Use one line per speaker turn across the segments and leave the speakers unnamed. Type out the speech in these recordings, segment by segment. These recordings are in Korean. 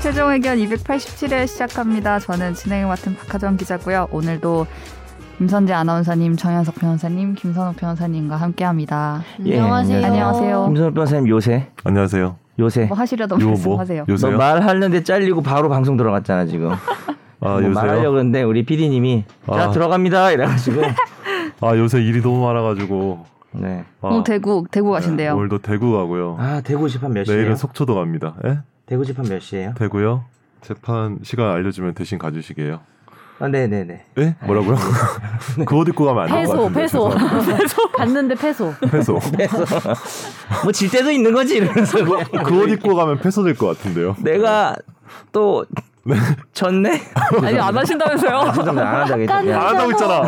최종의견 287회 시작합니다. 저는 진행을 맡은 박하정 기자고요. 오늘도 임선재 아나운서님, 정현석 변호사님, 김선욱 변호사님과 함께합니다.
예,
안녕하세요.
안녕하세요.
김선호 변호사님 요새
안녕하세요.
네. 요새
뭐 하시려다
요 뭐?
말씀하세요.
요새요?
너 말하려는데 잘리고 바로 방송 들어갔잖아 지금.
아,
뭐
요새요?
말하려고 그러는데 우리 PD님이 자
아.
들어갑니다 이래가지고
아 요새 일이 너무 많아가지고.
네.
아, 네,
오늘 어, 대구 대구 가신대요.
오늘도 대구 가고요.
아 대구 집합 몇 시예요?
내일은 속초도 갑니다. 예?
대구 집합 몇 시예요?
대구요? 재판 시간 알려주면 대신 가주시게요.
아 네네네.
예? 뭐라고요?
네.
그옷 입고 가면 안 될 것
패소,
같은데.
패소. 갔는데 패소.
패소.
네. 뭐 질 때도 있는 거지 이러면서 그냥.
그옷 입고 가면 패소될 것 같은데요.
내가 또 졌네.
아니 안 하신다면서요?
죄송합니안 한다고 했죠.
안
야,
한다고 했잖아.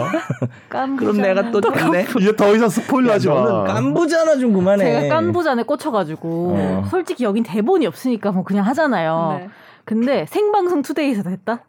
깜부잖아.
그럼 내가 또 졌네.
이제 더 이상 스포일러 하지
너는
마.
깐부잖아 좀 그만해.
제가 깐부잔에 꽂혀가지고
네. 어.
솔직히 여긴 대본이 없으니까 뭐 그냥 하잖아요.
네.
근데 생방송 투데이에서 됐다.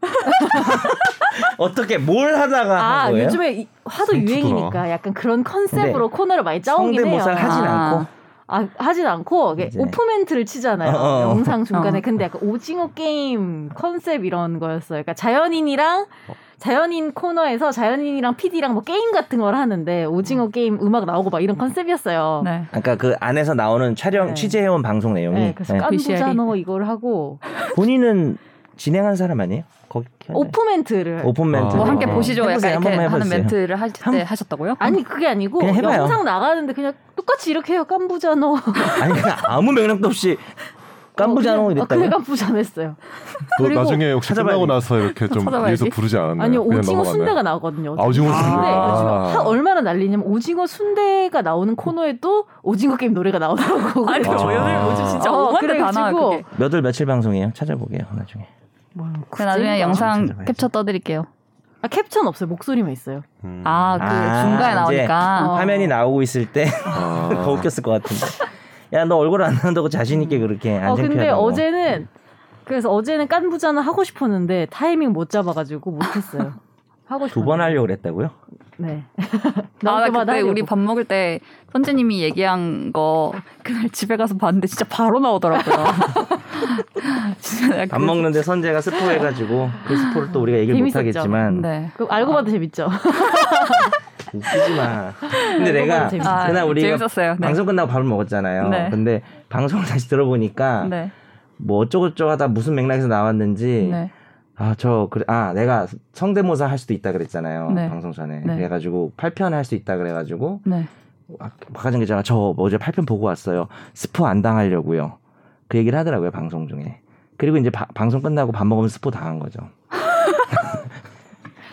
어떻게 뭘 하다가
아
한 거예요? 네.
요즘에 이- 하도
투더라.
유행이니까 약간 그런 컨셉으로 코너를 많이 짜오긴 해요.
성대모사를 하진
아.
않고
아, 하진 않고 이게
이제.
오프멘트를 치잖아요.
어, 어.
영상 중간에
어.
근데 약간 오징어 게임 컨셉 이런 거였어요. 그러니까 자연인이랑
어.
자연인 코너에서 자연인이랑 PD랑 뭐 게임 같은 걸 하는데 오징어 게임 음악 나오고 막 이런 컨셉이었어요. 네.
네.
아까 그 안에서 나오는 촬영
네.
취재해온 방송 내용이
그래서
네.
깐부자너 이걸 하고
본인은 진행한 사람 아니에요? 거기
오프멘트를
네. 오픈 멘트
아.
뭐 함께
어.
보시죠.
해보세요.
약간
한번
이렇게 하는
해보세요.
멘트를 하실 때
한-
하셨다고요?
아니 그게 아니고
그냥 해봐요.
영상 나가는데 그냥 똑같이 이렇게 해요. 깐부자너
아니 그냥 아무 맥락도 없이 깐부자노
아, 그래
이랬다고요?
깐부자냈어요.
너 나중에 혹시
찾아봐야지.
끝나고 나서 이렇게 좀
찾아봐야지.
위에서 부르지 않았나요?
아니 요
네, 그냥
오징어
넘어갔나요?
순대가 나오거든요.
아, 오징어 순대.
근데
아.
요즘 하- 얼마나 난리냐면 오징어 순대가 나오는 코너에도 오징어 게임 노래가 나오더라고.
아니
아.
오늘 뭐지 진짜
어,
오만데 다 나와
그래가지고.
그게.
몇월 며칠 방송이에요? 찾아보게요 나중에.
그 나중에 영상
찾아봐야지.
캡처 떠드릴게요.
아, 캡처는 없어요. 목소리만 있어요.
음.
아 그
아,
중간에
이제.
나오니까
어.
화면이 나오고 있을 때 더
아.
웃겼을 것 같은데. 야 너 얼굴 안 나온다고 자신 있게 그렇게 네, 안
어,
창피하다고.
근데 어제는 그래서 어제는 깐부자는 하고 싶었는데 타이밍 못 잡아가지고 못했어요. 하고 싶었는데.
두 번 하려고 그랬다고요?
네.
아,
나올
나
때마다
그때
하려고.
우리 밥 먹을 때 선재님이 얘기한 거 그날 집에 가서 봤는데 진짜 바로 나오더라고요. 진짜 그 약간
밥 먹는데 선재가 스포해가지고 그 스포를 또 우리가 얘기를
재밌었죠.
못하겠지만
네.
그거 알고 봐도 재밌죠.
웃기지 마. 근데
그거는
내가
재밌-
아,
그날 우리가
재밌었어요. 네.
방송 끝나고 밥을 먹었잖아요.
네.
근데 방송을 다시 들어보니까
네.
뭐 어쩌고저쩌고 하다 무슨 맥락에서 나왔는지
네.
아, 저, 그래, 아, 내가 성대모사 할 수도 있다 그랬잖아요.
네.
방송 전에.
네.
그래가지고, 8편 할 수 있다 그래가지고,
네.
아, 박하정 기자가 저 어제 8편 보고 왔어요. 스포 안 당하려고요. 그 얘기를 하더라고요, 방송 중에. 그리고 이제 바- 방송 끝나고 밥 먹으면 스포 당한 거죠.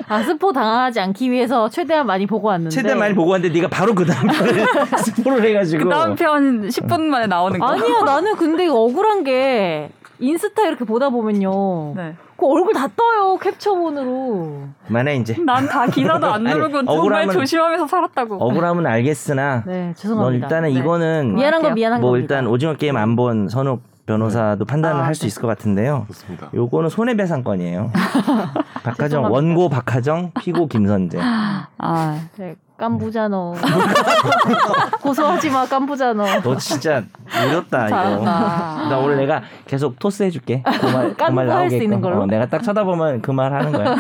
아, 스포 당하지 않기 위해서 최대한 많이 보고 왔는데.
최대한 많이 보고 왔는데 네가 바로 그 다음 편을 스포를 해가지고.
그 다음 편 10분 만에 나오는 거.
아니야, 나는 근데 이거 억울한 게 인스타 이렇게 보다 보면요.
네.
그 얼굴 다 떠요 캡처본으로.
그만해, 이제.
난 다 기사도 안
아니,
누르고 정말
억울하면-
조심하면서 살았다고.
억울함은 알겠으나,
네
넌
죄송합니다.
일단은
네.
이거는
미안한 건 미안한
뭐
겁니다.
일단 오징어 게임 안 본 선욱 변호사도 판단을
아,
할 수
네.
있을 것 같은데요.
좋습니다.
요거는 손해배상권이에요. 박하정
죄송합니다.
원고 박하정 피고 김선재.
아,
네, 깐부자너 고소하지 마 깐부자너.
너 진짜 무렵다 이거.
잘한다.
나 오늘 내가 계속 토스 해줄게. 그말 어,
깐부 할수 있는 걸로?
내가 딱 쳐다보면 그 말 하는 거야.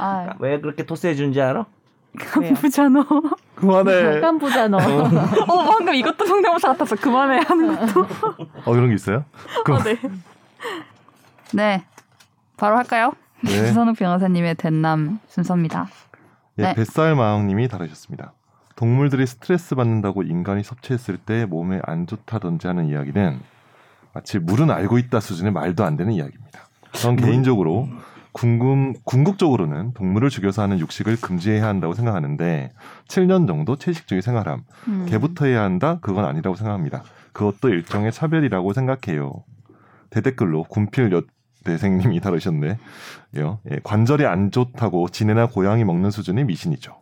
아,
왜 그렇게 토스 해준지 알아?
왜요?
부자노. 어,
네.
그만해.
깐부자너.
어,
방금 이것도 성대모사 같았어. 그만해 하는 것도.
어 그런 게 있어요? 그만.
네. 바로 할까요?
네.
주선욱 변호사님의 된남 순서입니다.
예,
네.
뱃살 마왕님이 다루셨습니다. 동물들이 스트레스 받는다고 인간이 섭취했을 때 몸에 안 좋다든지 하는 이야기는 마치 물은 알고 있다 수준의 말도 안 되는 이야기입니다. 전 개인적으로 궁금 궁극적으로는 동물을 죽여서 하는 육식을 금지해야 한다고 생각하는데 7년 정도 채식주의 생활함
음.
개부터 해야 한다 그건 아니라고 생각합니다. 그것도 일종의 차별이라고 생각해요. 대댓글로 군필 여대생님이 다루셨네. 예, 요 관절이 안 좋다고 지네나 고양이 먹는 수준의 미신이죠.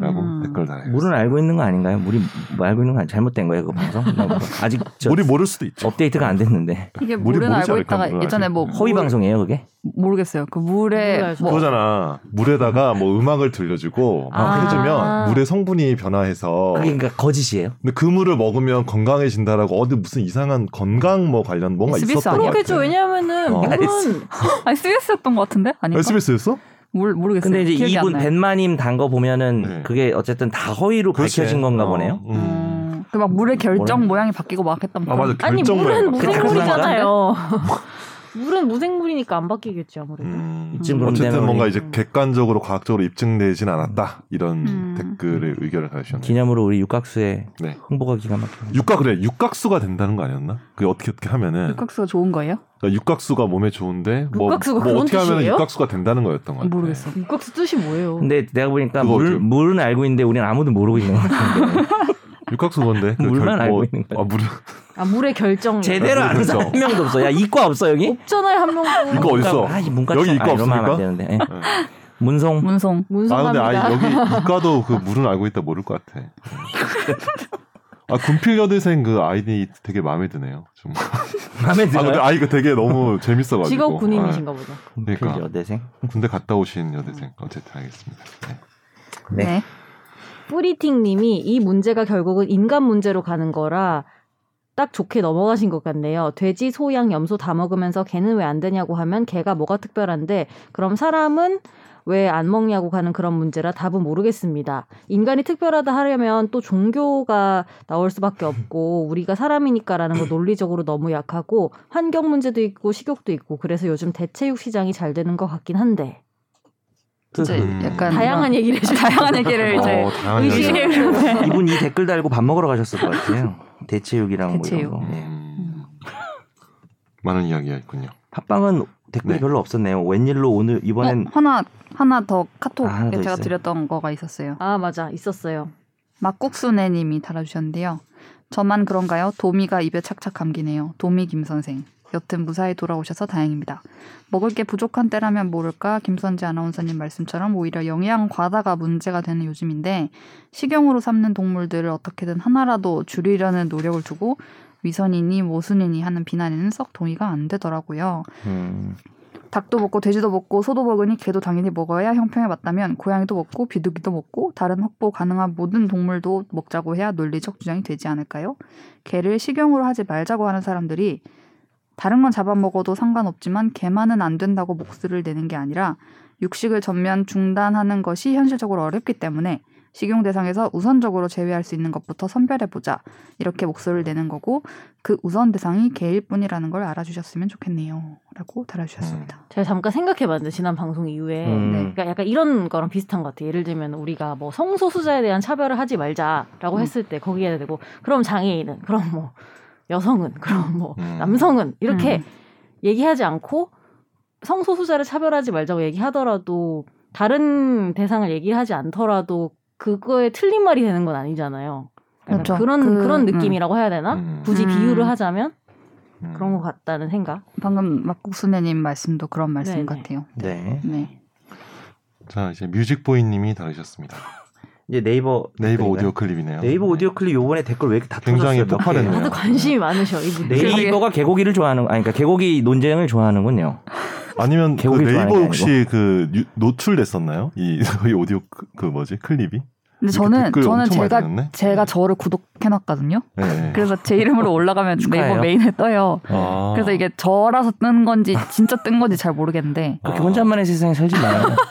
라고
음.
댓글 달아요.
물은 알고 있는 거 아닌가요? 물이 뭐 알고 있는 거 아니- 잘못된 거예요, 그 방송? 나 뭐- 아직 저
물이 모를 수도 있죠.
업데이트가 안 됐는데
이게
물이
물은
모르지
알고
않을까,
있다가
물을
예전에
아직.
뭐
허위
물-
방송이에요, 그게?
모르겠어요. 그 물에
물을 알죠.
뭐
그거잖아. 물에다가 뭐 음악을 들려주고 막
아.
해주면 물의 성분이 변화해서
그게 그러니까 거짓이에요.
근데 그 물을 먹으면 건강해진다라고 어디 무슨 이상한 건강 뭐 관련 뭔가
SBS
있었던 것
아니야?
같아요.
그렇겠죠. 왜냐하면은
어.
물은
아니 SBS였던 것 같은데 아닌가?
SBS였어?
물 모르겠어요.
근데 이제
기억이 안
이분
나요.
벤마님 단 거 보면은
네.
그게 어쨌든 다 허위로
그렇지.
밝혀진 건가
어,
보네요.
음.
음, 그막 물의 결정 모양이 바뀌고 막 했던
아 맞아.
아니
결정
물은
모양.
그게 다
무생물이잖아요. 물은 무생물이니까 안 바뀌겠지 아무래도.
음,
이쯤 그럼
어쨌든
되면
뭔가
우리-
이제 객관적으로 과학적으로 입증되진 않았다 이런
음.
댓글의 의견을 가르셨네요.
기념으로 우리 육각수의
네.
홍보가 기가 막혀.
육각 그래 육각수가 된다는 거 아니었나? 그게 어떻게 어떻게 하면은
육각수가 뭐 좋은 거예요?
그러니까 육각수가 몸에 좋은데 뭐,
육각수가
뭐
그런
어떻게 하면
뜻이에요?
육각수가 된다는 거였던 것 같아요.
모르겠어.
육각수 뜻이 뭐예요?
근데 내가 보니까
그거
물,
어떻게-
물은 알고 있는데 우리는 아무도 모르고 있는 것 같은데
육각수 건데 그
물만
결-
알고
뭐-
있는 거야.
아, 물은
아 물의 결정.
제대로 아는 사람 한 명도 없어. 야 이과 없어 여기?
없잖아요 한 명도.
그렇죠. 이거 어딨어?
아, 이 문과
여기
쪽-
이과
아, 이러면 하면
없습니까?
안 되는데. 예.
네.
문송
문송.
아 근데
문성합니다.
아니 여기 이과도 그 물은 알고 있다 모를 것 같아. 아 군필 여대생 그 아이디 되게 마음에 드네요. 좀.
마음에
아 근데
들어요.
아 이거 되게 너무 재밌어가지고.
직업 군인이신가 보다.
그러니까.
여대생.
아, 군대 갔다 오신 여대생 어쨌든 알겠습니다. 네.
네.
네.
뿌리팅님이 이 문제가 결국은 인간 문제로 가는 거라 딱 좋게 넘어가신 것 같네요. 돼지, 소, 양, 염소 다 먹으면서 개는 왜 안 되냐고 하면 개가 뭐가 특별한데 그럼 사람은 왜 안 먹냐고 가는 그런 문제라 답은 모르겠습니다. 인간이 특별하다 하려면 또 종교가 나올 수밖에 없고 우리가 사람이니까라는 거 논리적으로 너무 약하고 환경 문제도 있고 식욕도 있고 그래서 요즘 대체육 시장이 잘 되는 것 같긴 한데
그
이제
음.
약간 어,
다양한 얘기를 해주
다양한 얘기를 네, 이제
어, 다양한
의식을
이야기가-
이분 이 댓글 달고 밥 먹으러 가셨을 것 같아요. 대체육이랑
대체육.
뭐 이런 거. 예.
음. 많은 이야기가 있군요.
팟빵은 댓글이
네.
별로 없었네요. 웬일로 오늘 이번엔
어, 하나 하나 더 카톡에
아, 하나 더
제가
있어요?
드렸던 거가 있었어요.
아 맞아 있었어요.
막국수네님이 달아주셨는데요. 저만 그런가요? 도미가 입에 착착 감기네요. 도미 김 선생. 여튼 무사히 돌아오셔서 다행입니다. 먹을 게 부족한 때라면 모를까 김선재 아나운서님 말씀처럼 오히려 영양 과다가 문제가 되는 요즘인데 식용으로 삼는 동물들을 어떻게든 하나라도 줄이려는 노력을 두고 위선이니 모순이니 하는 비난에는 썩 동의가 안 되더라고요.
음,
닭도 먹고 돼지도 먹고 소도 먹으니 개도 당연히 먹어야 형평에 맞다면 고양이도 먹고 비둘기도 먹고 다른 확보 가능한 모든 동물도 먹자고 해야 논리적 주장이 되지 않을까요? 개를 식용으로 하지 말자고 하는 사람들이 다른 건 잡아먹어도 상관없지만 개만은 안 된다고 목소리를 내는 게 아니라 육식을 전면 중단하는 것이 현실적으로 어렵기 때문에 식용 대상에서 우선적으로 제외할 수 있는 것부터 선별해보자 이렇게 목소리를 내는 거고 그 우선 대상이 개일 뿐이라는 걸 알아주셨으면 좋겠네요 라고 달아주셨습니다.
제가 잠깐 생각해봤는데 지난 방송
네.
이후에
음.
그러니까 약간 이런 거랑 비슷한 것 같아요. 예를 들면 우리가 뭐 성소수자에 대한 차별을 하지 말자라고
음.
했을 때 거기에 대고 그럼 장애인은 그럼 뭐 여성은 그럼 뭐
음.
남성은 이렇게
음.
얘기하지 않고 성소수자를 차별하지 말자고 얘기하더라도 다른 대상을 얘기하지 않더라도 그거에 틀린 말이 되는 건 아니잖아요. 약간
그렇죠.
그런
그,
그런
음.
느낌이라고 해야 되나?
음.
굳이
음.
비유를 하자면
음.
그런 것 같다는 생각.
방금 막국수네님 말씀도 그런 말씀
네네.
같아요.
네.
네.
자 이제 뮤직보이님이 다루셨습니다.
이제 네이버
네이버
댓글인가요?
오디오 클립이네요.
네이버 오디오 클립 요번에 댓글 왜 이렇게 다
굉장히
터졌어요?
폭발했네요.
몇 개예요?
다들 관심이 많으셔 이분. 그
네.
네이버가 개고기를 좋아하는 아니 그러니까 개고기 논쟁을 좋아하는군요.
아니면 그
개고기
네이버
좋아하는 게
혹시 그 유- 노출됐었나요? 이 저희 오디오 그, 그 뭐지 클립이?
근데
이렇게
저는
댓글
저는
엄청 많이
제가
달렸네?
제가
네.
저를 구독해놨거든요.
네.
그래서 제 이름으로 올라가면
축하해요.
네이버 메인에 떠요.
아.
그래서 이게 저라서 뜬 건지 진짜 뜬 건지 잘 모르겠는데.
그렇게
아.
혼자만의 세상에 살지 마요.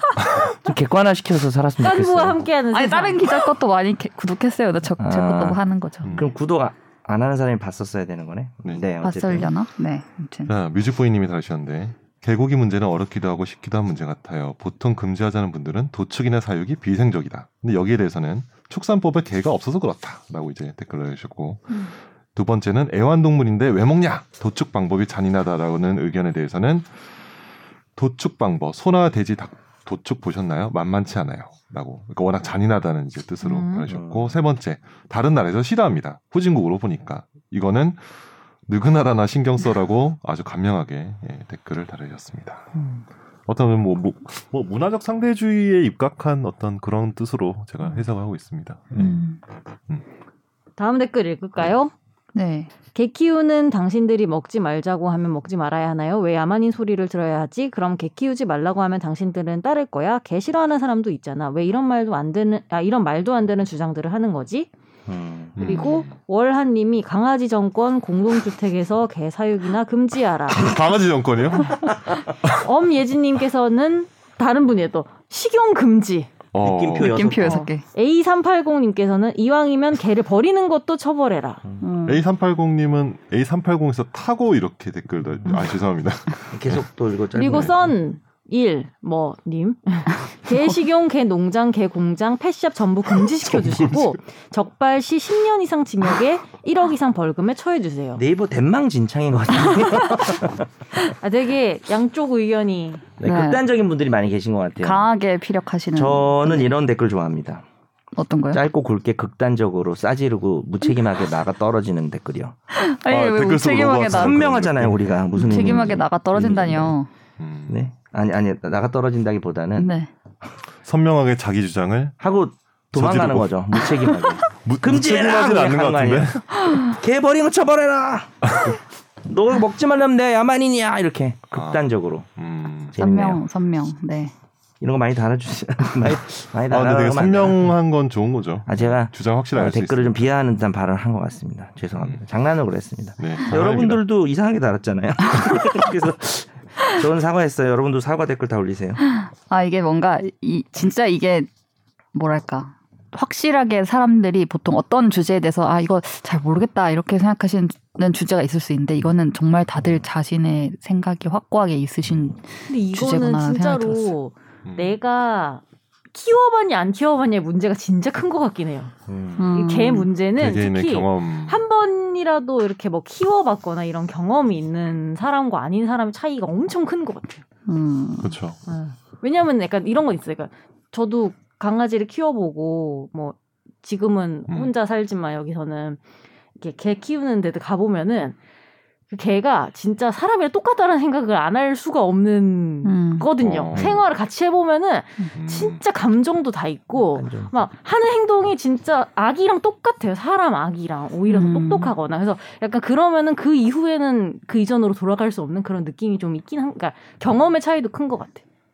좀 객관화 시켜서 살았으면
깐부와
좋겠어요.
함께하는
아니
그 세상.
다른 기자 것도 많이 개- 구독했어요. 근데 저, 제
아.
것도 뭐 하는 거죠.
음.
그럼 구독 아- 안 하는 사람이 봤었어야 되는 거네.
네.
어쨌든.
봤을려나? 네. 아무튼.
자, 뮤직보이님이 다루셨는데 개고기 문제는 어렵기도 하고 쉽기도 한 문제 같아요. 보통 금지하자는 분들은 도축이나 사육이 비생적이다. 근데 여기에 대해서는 축산법에 개가 없어서 그렇다라고 이제 댓글을 해주셨고
음.
두 번째는 애완동물인데 왜 먹냐? 도축 방법이 잔인하다라는 의견에 대해서는 도축 방법 소나 돼지 닭 도축 보셨나요? 만만치 않아요. 라고 그러니까 워낙 잔인하다는 이제 뜻으로
음.
다루셨고 세 번째 다른 나라에서 싫어합니다. 후진국으로 보니까 이거는 느그나라나 신경 써라고 아주 감명하게 예, 댓글을 달으셨습니다. 어떤 뭐, 뭐, 뭐 문화적 상대주의에 입각한 어떤 그런 뜻으로 제가 해석하고 있습니다. 예.
음.
다음 댓글 읽을까요?
네.
개 키우는 당신들이 먹지 말자고 하면 먹지 말아야 하나요? 왜 야만인 소리를 들어야 하지? 그럼 개 키우지 말라고 하면 당신들은 따를 거야? 개 싫어하는 사람도 있잖아. 왜 이런 말도 안 되는 아 이런 말도 안 되는 주장들을 하는 거지?
음.
음.
그리고 월한님이 강아지 정권 공동주택에서 개 사육이나 금지하라.
강아지 정권이요?
엄예진님께서는 다른 분이에요. 또 식용 금지.
어,
느낌표 여섯
느낌표
개.
여섯 개.
A380님께서는 이왕이면 개를 버리는 것도 처벌해라.
음.
네. A380님은 A380에서 타고 이렇게 댓글 달. 아 죄송합니다.
계속 돌고 짧네.
그리고 썬. 일, 뭐, 님. 개 식용, 개 농장, 개 공장, 펫샵 전부 금지시켜주시고, 적발 시 10년 이상 징역에 1억 이상 벌금에 처해주세요.
네이버 대망 진창인 것 같아요.
아, 되게 양쪽 의견이.
네,
네.
극단적인 분들이 많이 계신 것 같아요.
강하게 피력하시는
저는 이런 댓글 좋아합니다.
어떤 거요?
짧고 굵게 극단적으로 싸지르고 무책임하게 나가 떨어지는 댓글이요.
아니
아,
왜
댓글 쓰고
무책임하게
넘어갔어.
나
선명하잖아요, 우리가 무슨
무책임하게
의미인지.
나가 떨어진다니요.
음.
네, 아니 아니 나가 떨어진다기보다는
네.
선명하게 자기 주장을
하고 도망가는
저지르고.
거죠. 무책임하게.
무,
금지해라!
무책임하진 않는 것
약한 거
같은데.
개 버린 거 쳐버려라. 너 먹지 말라면 내가 야만인이야 이렇게 극단적으로.
아.
음.
재밌네요.
선명, 선명. 네.
이런 거 많이 달아주세요. 많이 많이
아 근데
달아주면
되게 선명한 건 좋은 거죠.
아 제가
주장 확실하게
어,
할수 음.
댓글을 좀 비하하는 듯한 발언을 한 것 같습니다. 죄송합니다. 장난으로 그랬습니다.
있습니다. 네, 감사합니다.
여러분들도 이상하게 달았잖아요. 그래서 저는 사과했어요. 여러분도 사과 댓글 다 올리세요.
아 이게 뭔가 이 진짜 이게 뭐랄까 확실하게 사람들이 보통 어떤 주제에 대해서 아 이거 잘 모르겠다 이렇게 생각하시는 주제가 있을 수 있는데 이거는 정말 다들 자신의 생각이 확고하게 있으신
근데 이거는
주제구나 생각이
진짜로
들었어요.
음.
네, 내가 키워봤냐, 안 키워봤냐의 문제가 진짜 큰 것 같긴 해요.
음,
개 문제는
그 개개인의
네, 특히
경험.
한 번이라도 이렇게 뭐 키워봤거나 이런 경험이 있는 사람과 아닌 사람의 차이가 엄청 큰 것 같아요.
음,
그렇죠.
왜냐하면 약간 이런 건 있어요. 그러니까 저도 강아지를 키워보고 뭐 지금은
음.
혼자 살지만 여기서는 이렇게 개 키우는 데도 가보면은 그 개가 진짜 사람이랑 똑같다는 생각을 안 할 수가 없는
음.
거든요.
어.
생활을 같이 해보면은
음.
진짜 감정도 다
어.
있고
완전.
막 하는 행동이 진짜 아기랑 똑같아요. 사람 아기랑 오히려 더
음.
똑똑하거나 그래서 약간 그러면은 그 이후에는 그 이전으로 돌아갈 수 없는 그런 느낌이 좀 있긴 한. 그러니까 경험의 차이도 큰 것 같아.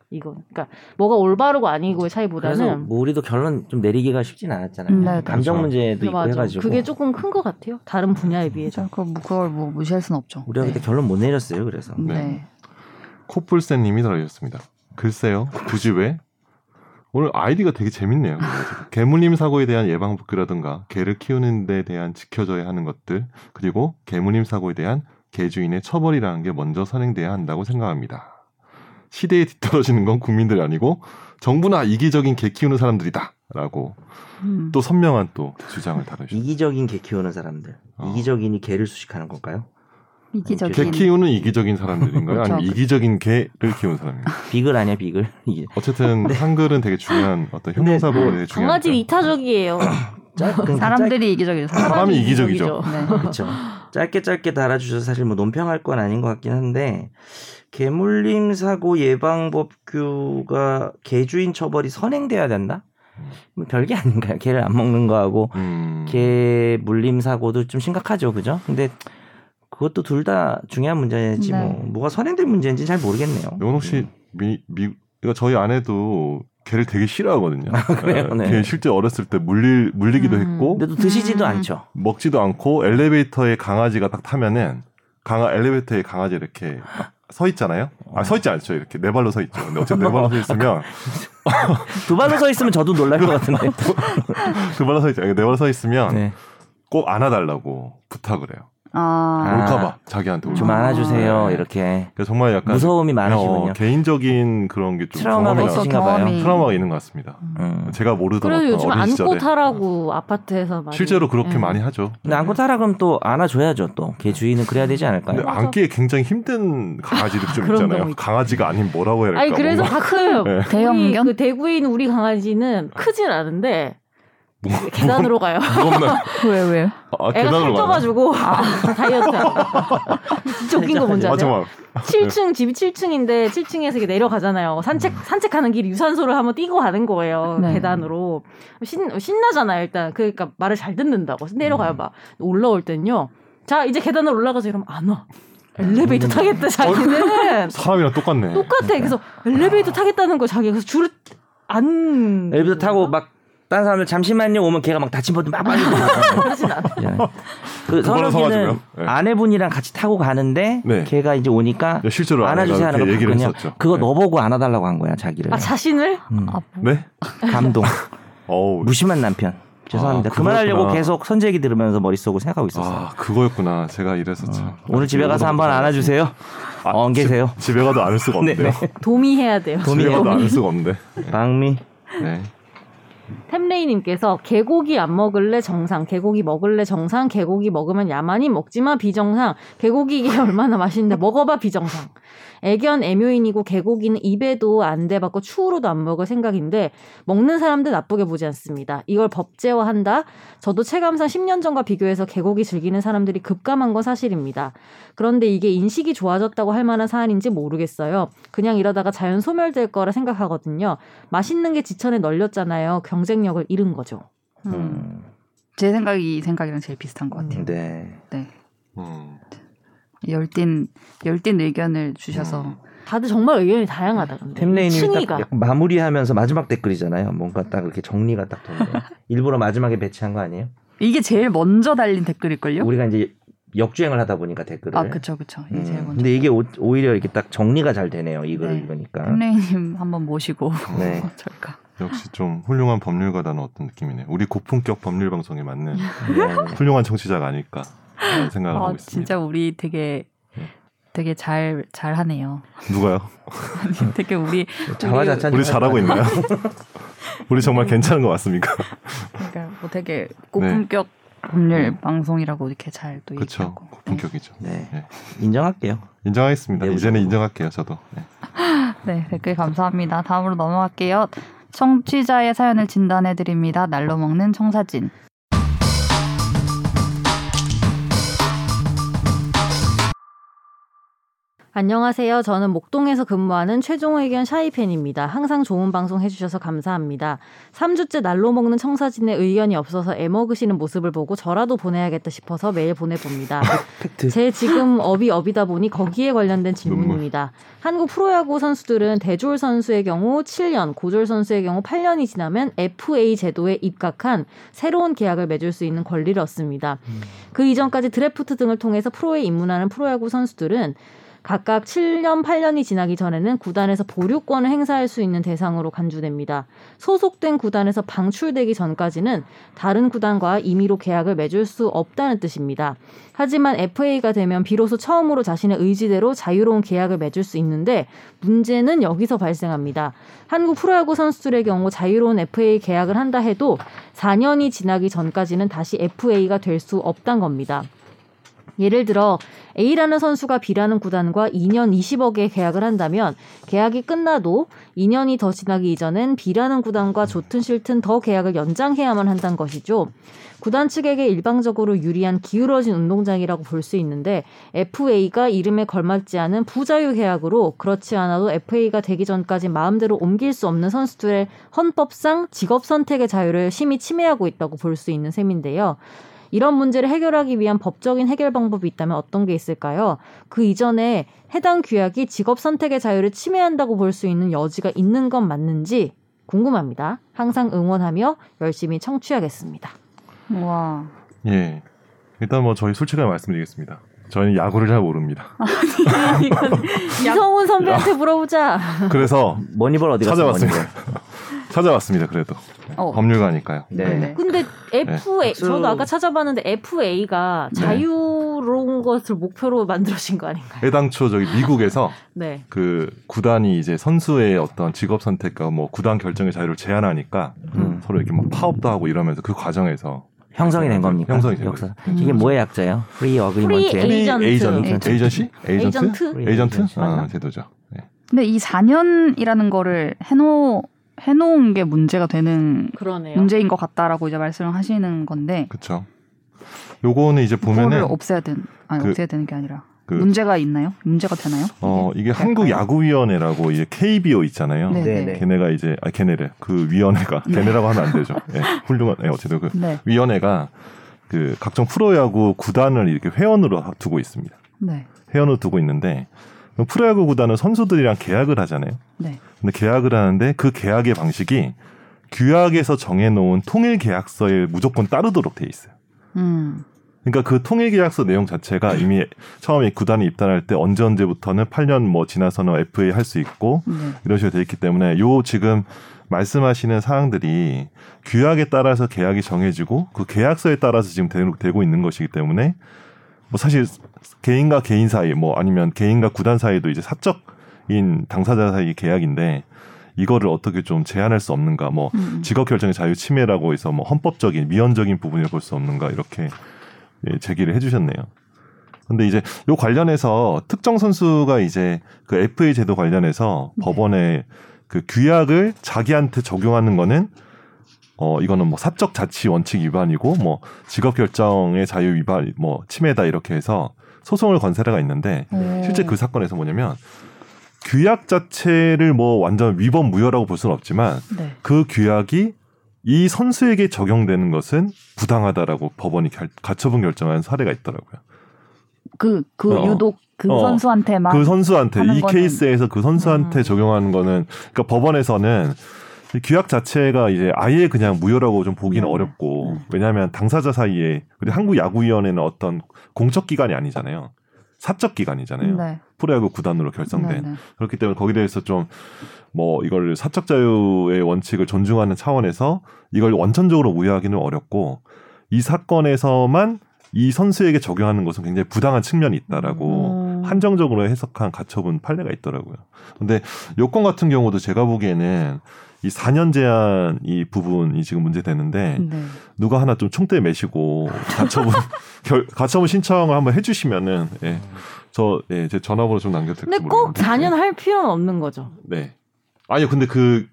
이거. 그러니까 뭐가 올바르고 아니고의
그래서
차이보다는
뭐 우리도 결론 좀 내리기가 쉽진 않았잖아요.
네,
감정
그렇죠.
문제도 있고
맞아.
해가지고
그게 조금 큰 것 같아요. 다른 분야에 비해서.
그죠? 그걸 뭐- 그걸 뭐 무시할 순 없죠.
우리가 그때
네.
결론 못 내렸어요. 그래서
네.
네. 코뿔새님이 달아주셨습니다. 글쎄요, 굳이 왜? 오늘 아이디가 되게 재밌네요. 개무님 사고에 대한 예방복귀라든가 개를 키우는 데 대한 지켜져야 하는 것들 그리고 개무님 사고에 대한 개주인의 처벌이라는 게 먼저 선행돼야 한다고 생각합니다. 시대에 뒤떨어지는 건 국민들이 아니고 정부나 이기적인 개 키우는 사람들이다. 라고
음.
또 선명한 또 주장을 다루셨습니다.
이기적인 개 키우는 사람들,
어.
이기적인이 개를 수식하는 걸까요?
개
이기적인
키우는 이기적인 사람들인가요?
그렇죠.
아니면 이기적인 개를 키우는 사람인가요?
비글 아니야 비글. 이게
어쨌든 한글은 되게 중요한 어떤 형용사보고 되게 중요한
강아지 이타적이에요.
그 짧-
사람들이 이기적이죠. 사람.
사람이 이기적이죠.
네.
그렇죠. 짧게 짧게 달아주셔서 사실 뭐 논평할 건 아닌 것 같긴 한데 개물림 사고 예방법규가 개주인 처벌이 선행돼야 된다? 뭐 별게 아닌가요? 개를 안 먹는 거하고
음,
개 물림 사고도 좀 심각하죠, 그죠? 근데 그것도 둘 다 중요한 문제지
네.
뭐 뭐가 선행된 문제인지 잘 모르겠네요.
이건 혹시
음.
미, 미 이거 저희 아내도 개를 되게 싫어하거든요.
그래요?
예,
네.
걔 실제 어렸을 때 물릴 물리기도
음.
했고
근데 또 드시지도
음.
않죠.
먹지도 않고 엘리베이터에 강아지가 딱 타면은 강아 엘리베이터에 강아지 이렇게 딱서 있잖아요. 아 서 있지 않죠. 이렇게 네 발로 서 있죠. 근데 어쨌든 네 발로 서 있으면
두 발로 서 있으면 저도 놀랄 것 같은데.
두 발로 서 있죠. 네 발로 서 있으면
네.
꼭 안아달라고 부탁을 해요.
아,
올까봐 자기한테
좀
올까봐.
안아주세요.
네.
이렇게
그래서 정말 약간
무서움이
어,
많으시군요.
개인적인 네. 그런 게좀
트라우마가
경험이
있으신가
나서
봐요.
경험이-
트라우마가 있는 것 같습니다.
음.
제가 모르던
그래서
어떤
요즘
어린
안고
시절에 음.
타라고 아파트에서 많이.
실제로 그렇게
예.
많이 하죠.
근데 안고 타라 그럼 또 안아줘야죠 또. 걔 주인은 그래야 되지 않을까요?
근데
맞아.
안기에 굉장히 힘든 강아지들 좀
그런 경우
있잖아요.
있죠.
강아지가 아닌 뭐라고 해야 될까?
아니 그래서
뭔가
가끔
예.
우리
대형견?
그 대구에 있는 우리 강아지는 크진 않은데
뭔가
계단으로 가요.
무겁나?
왜 왜?
애가
아, 계단으로 가요.
살쪄가지고 아, 다이어트. 진짜 웃긴 거 뭔지
아
아세요?
잠깐.
7층 집이 7층인데 7층에서 이렇게 내려가잖아요.
음.
산책 산책하는 길 유산소를 한번 뛰고 가는 거예요.
네.
계단으로 신 신나잖아요. 일단 그러니까 말을 잘 듣는다고
음.
내려가요. 막 올라올 땐요. 자 이제 계단으로 올라가서 이러면 안 와. 엘리베이터
음.
타겠다 자기는
사람이랑 똑같네.
똑같아. 그래서 엘리베이터 타겠다는 거 자기 그래서 줄을 안
네.
엘리베이터 타고 막 딴 사람들 잠시만요 오면 걔가 막 다친 분들 막 빠지고
그러진 않아.
예. 그
그거랑
선욱이는
서가지고요. 예.
아내분이랑 같이 타고 가는데
네.
걔가 이제 오니까
네, 실제로
안아주세요 하는
아내가 이렇게
걸
얘기를
봤거든요.
했었죠.
그거
네.
너보고 안아달라고 한 거야 자기를.
아 자신을
음,
아,
네?
감동.
어우.
무심한 남편. 죄송합니다.
아,
그만하려고
그거였구나.
계속 선제기 들으면서 머릿속으로 생각하고 있었어요.
아 그거였구나. 제가 이래서 참.
아, 오늘 집에 가서 한번 안아주세요.
아,
어, 안 계세요.
집- 집에 가도 안을 수가
네,
없네요.
도미해야 돼요.
집에 가도 안을 수가 없는데.
방미.
네.
템레이님께서 개고기 안 먹을래 정상, 개고기 먹을래 정상, 개고기 먹으면 야만이 먹지마 비정상, 개고기 이게 얼마나 맛있는데 먹어봐 비정상. 애견 애묘인이고 개고기는 입에도 안 대받고 추후로도 안 먹을 생각인데 먹는 사람들 나쁘게 보지 않습니다. 이걸 법제화한다? 저도 체감상 10년 전과 비교해서 개고기 즐기는 사람들이 급감한 건 사실입니다. 그런데 이게 인식이 좋아졌다고 할 만한 사안인지 모르겠어요. 그냥 이러다가 자연 소멸될 거라 생각하거든요. 맛있는 게 지천에 널렸잖아요. 경쟁력을 잃은 거죠.
음.
음,
제 생각이 이 생각이랑 제일 비슷한 것 같아요.
네.
음.
열띤 열띤 의견을 주셔서
음.
다들 정말 의견이 다양하다. 근데.
템레이님이
층위가.
딱 약간 마무리하면서 마지막 댓글이잖아요. 뭔가 딱 이렇게 정리가 딱 되네요. 일부러 마지막에 배치한 거 아니에요?
이게 제일 먼저 달린 댓글일걸요?
우리가 이제 역주행을 하다 보니까 댓글을.
아 그쵸 그쵸. 이게 제일
음,
먼저.
근데 이게 오, 히려 이렇게 딱 정리가 잘 되네요. 이걸
네.
읽으니까.
템레이님 한번 모시고
네.
저희가
역시 좀 훌륭한 법률가다는 어떤 느낌이네. 우리 고품격 법률 방송에 맞는
네.
훌륭한 청취자가 아닐까 라는 생각을
아
하고 있습니다.
진짜 우리 되게
네.
되게 잘 잘하네요.
누가요?
되게 우리
자화자찬.
우리 잘하고 있나요? 우리 정말 괜찮은 거 맞습니까?
그러니까 뭐 되게 고품격 법률 방송이라고 이렇게 잘 또
그렇죠.
얘기하고.
고품격이죠.
네.
네.
인정할게요.
인정하겠습니다.
네,
이제는
무조건.
인정할게요. 저도. 네.
네, 댓글 감사합니다. 다음으로 넘어갈게요. 청취자의 사연을 진단해 드립니다. 날로 먹는 청사진.
안녕하세요. 저는 목동에서 근무하는 최종 의견 샤이팬입니다. 항상 좋은 방송 해주셔서 감사합니다. 3주째 날로 먹는 청사진에 의견이 없어서 애먹으시는 모습을 보고 저라도 보내야겠다 싶어서 매일 보내봅니다.
팩트.
제 지금 업이 업이다 보니 거기에 관련된 질문입니다. 한국 프로야구 선수들은 대졸 선수의 경우 7년, 고졸 선수의 경우 8년이 지나면 FA 제도에 입각한 새로운 계약을 맺을 수 있는 권리를 얻습니다. 그 이전까지 드래프트 등을 통해서 프로에 입문하는 프로야구 선수들은 각각 7년, 8년이 지나기 전에는 구단에서 보류권을 행사할 수 있는 대상으로 간주됩니다. 소속된 구단에서 방출되기 전까지는 다른 구단과 임의로 계약을 맺을 수 없다는 뜻입니다. 하지만 FA가 되면 비로소 처음으로 자신의 의지대로 자유로운 계약을 맺을 수 있는데 문제는 여기서 발생합니다. 한국 프로야구 선수들의 경우 자유로운 FA 계약을 한다 해도 4년이 지나기 전까지는 다시 FA가 될 수 없단 겁니다. 예를 들어 A라는 선수가 B라는 구단과 2년 20억의 계약을 한다면 계약이 끝나도 2년이 더 지나기 이전엔 B라는 구단과 좋든 싫든 더 계약을 연장해야만 한다는 것이죠. 구단 측에게 일방적으로 유리한 기울어진 운동장이라고 볼 수 있는데 FA가 이름에 걸맞지 않은 부자유 계약으로 그렇지 않아도 FA가 되기 전까지 마음대로 옮길 수 없는 선수들의 헌법상 직업 선택의 자유를 심히 침해하고 있다고 볼 수 있는 셈인데요. 이런 문제를 해결하기 위한 법적인 해결 방법이 있다면 어떤 게 있을까요? 그 이전에 해당 규약이 직업 선택의 자유를 침해한다고 볼 수 있는 여지가 있는 건 맞는지 궁금합니다. 항상 응원하며 열심히 청취하겠습니다.
와.
예. 일단 뭐 저희 솔직하게 말씀드리겠습니다. 저희는 야구를 잘 모릅니다.
이성훈 선배한테 물어보자.
그래서
머니볼 어디 갔어?
찾아왔습니다. 찾아왔습니다. 그래도
어.
법률가니까요.
네.
네.
근데 FA
그-
저도 아까 찾아봤는데 FA가
네.
자유로운 것을 목표로 만들어진 거 아닌가요?
애당초 저기 미국에서
네.
그 구단이 이제 선수의 어떤 직업 선택과 뭐 구단 결정의 자유를 제한하니까
음.
서로 이렇게 막 파업도 하고 이러면서 그 과정에서
형성이 된 겁니까?
형성이 된
역사.
음.
이게 뭐의 약자예요? 프리 어그리먼트.
Free 에이전트.
에이전트 에이전시 에이전트
에이전트?
에이전트
맞나?
아 제도죠. 네.
근데 이 4년이라는 거를 해놓 해놓은 게 문제가 되는
그러네요.
문제인 것 같다라고 이제 말씀을 하시는 건데
그렇죠. 요거는 이제
그거를 음.
보면은
없애야 되는 아니
그-
없애야 되는 게 아니라
그-
문제가 있나요? 문제가 되나요?
어 이게
약간-
한국 야구 위원회라고 이제 KBO 있잖아요.
네,
네,
네.
네.
걔네가 이제 아 걔네래 그 위원회가
네.
걔네라고 하면 안 되죠. 예, 훌륭한 예, 어쨌든 그
네,
위원회가 그 각종 프로야구 구단을 이렇게 회원으로 두고 있습니다.
네,
회원으로 두고 있는데 프로야구 구단은 선수들이랑 계약을 하잖아요.
네.
근데 계약을 하는데 그 계약의 방식이 규약에서 정해놓은 통일 계약서에 무조건 따르도록 돼 있어요.
음,
그러니까 그 통일 계약서 내용 자체가 이미 처음에 구단이 입단할 때 언제 언제부터는 8년 뭐 지나서는 FA 할 수 있고
네,
이런 식으로 돼 있기 때문에 요 지금 말씀하시는 사항들이 규약에 따라서 계약이 정해지고 그 계약서에 따라서 지금 되- 되고 있는 것이기 때문에 뭐 사실 개인과 개인 사이 뭐 아니면 개인과 구단 사이도 이제 사적인 당사자 사이 계약인데 이거를 어떻게 좀 제한할 수 없는가 뭐
음,
직업 결정의 자유 침해라고 해서 뭐 헌법적인 미연적인 부분을 볼 수 없는가 이렇게 예, 제기를 해주셨네요. 근데 이제 요 관련해서 특정 선수가 이제 그 FA 제도 관련해서
네.
법원에 그 규약을 자기한테 적용하는 거는 어 이거는 뭐 사적 자치 원칙 위반이고 뭐 직업 결정의 자유 위반 뭐 침해다 이렇게 해서 소송을 건 사례가 있는데
오.
실제 그 사건에서 뭐냐면 규약 자체를 뭐 완전 위법 무효라고 볼 수는 없지만
네,
그 규약이 이 선수에게 적용되는 것은 부당하다라고 법원이 결- 가처분 결정한 사례가 있더라고요.
그, 그
어.
유독 그
어.
선수한테만
그 선수한테
하는
이
거는-
케이스에서 그 선수한테
음.
적용하는 거는 그러니까 법원에서는 이 규약 자체가 이제 아예 그냥 무효라고 좀 보기는
음.
어렵고
음.
왜냐하면 당사자 사이에 우리 한국 야구위원회는 어떤 공적 기관이 아니잖아요. 사적 기관이잖아요.
네,
프로야구 구단으로 결성된
네, 네.
그렇기 때문에 거기에 대해서 좀 뭐 이걸 사적 자유의 원칙을 존중하는 차원에서 이걸 원천적으로 우회하기는 어렵고 이 사건에서만 이 선수에게 적용하는 것은 굉장히 부당한 측면이 있다라고
음.
한정적으로 해석한 가처분 판례가 있더라고요. 근데 요건 같은 경우도 제가 보기에는 이 4년 제한 이 부분이 지금 문제되는데
음.
네.
누가 하나 좀 총대 매시고 가처분 결, 가처분 신청을 한번 해주시면은 예. 저 예, 제 전화번호 좀 남겨드릴게요.
음. 근데 꼭 4년 할 필요는 없는 거죠.
네. 아니요, 근데 그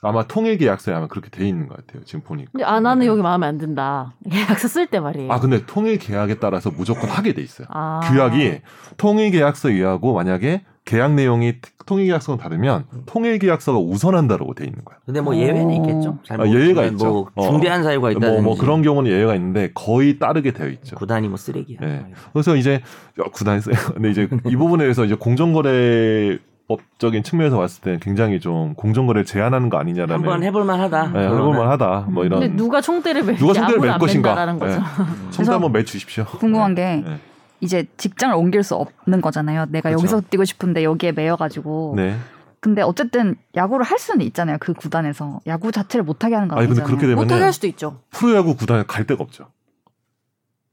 아마 통일 계약서에 아마 그렇게 돼 있는 것 같아요. 지금 보니까.
네.
근데 아 나는 여기 마음에 안 든다. 계약서 쓸 때 말이에요.
네. 아 근데 통일 계약에 따라서 무조건 하게 돼 있어요.
아.
규약이 통일 계약서 위하고 만약에 계약 내용이 통일 계약서랑 다르면 통일 계약서가 우선한다라고 돼 있는 거예요.
근데 뭐 예외는
어.
있겠죠. 잘못
아, 예외가
뭐
있죠. 어.
중대한 사유가
뭐
있다든지
뭐 그런 경우는 예외가 있는데 거의 따르게 되어 있죠.
구단이 뭐 쓰레기야.
네. 그래서 이제 야, 구단에서 근데 이제 이 부분에 대해서 이제 공정거래법적인 측면에서 봤을 때 굉장히 좀 공정거래 를 제한하는 거 아니냐라는
한번 해볼 만하다.
네, 해볼만하다 뭐 이런
근데 누가 총대를 맬지
누가 총대를
아무도
맬
안
것인가? 네. 음.
뺀다라는 거죠.
청도 한번 매 주십시오.
궁금한 게
네.
이제 직장을 옮길 수 없는 거잖아요. 내가
그쵸.
여기서 뛰고 싶은데 여기에 매여가지고.
네.
근데 어쨌든 야구를 할 수는 있잖아요. 그 구단에서 야구 자체를 못하게 하는 거
아니,
아니잖아요.
근데 그렇게 되면-
못하게 할 수도 있죠.
프로야구 구단에 갈 데가 없죠.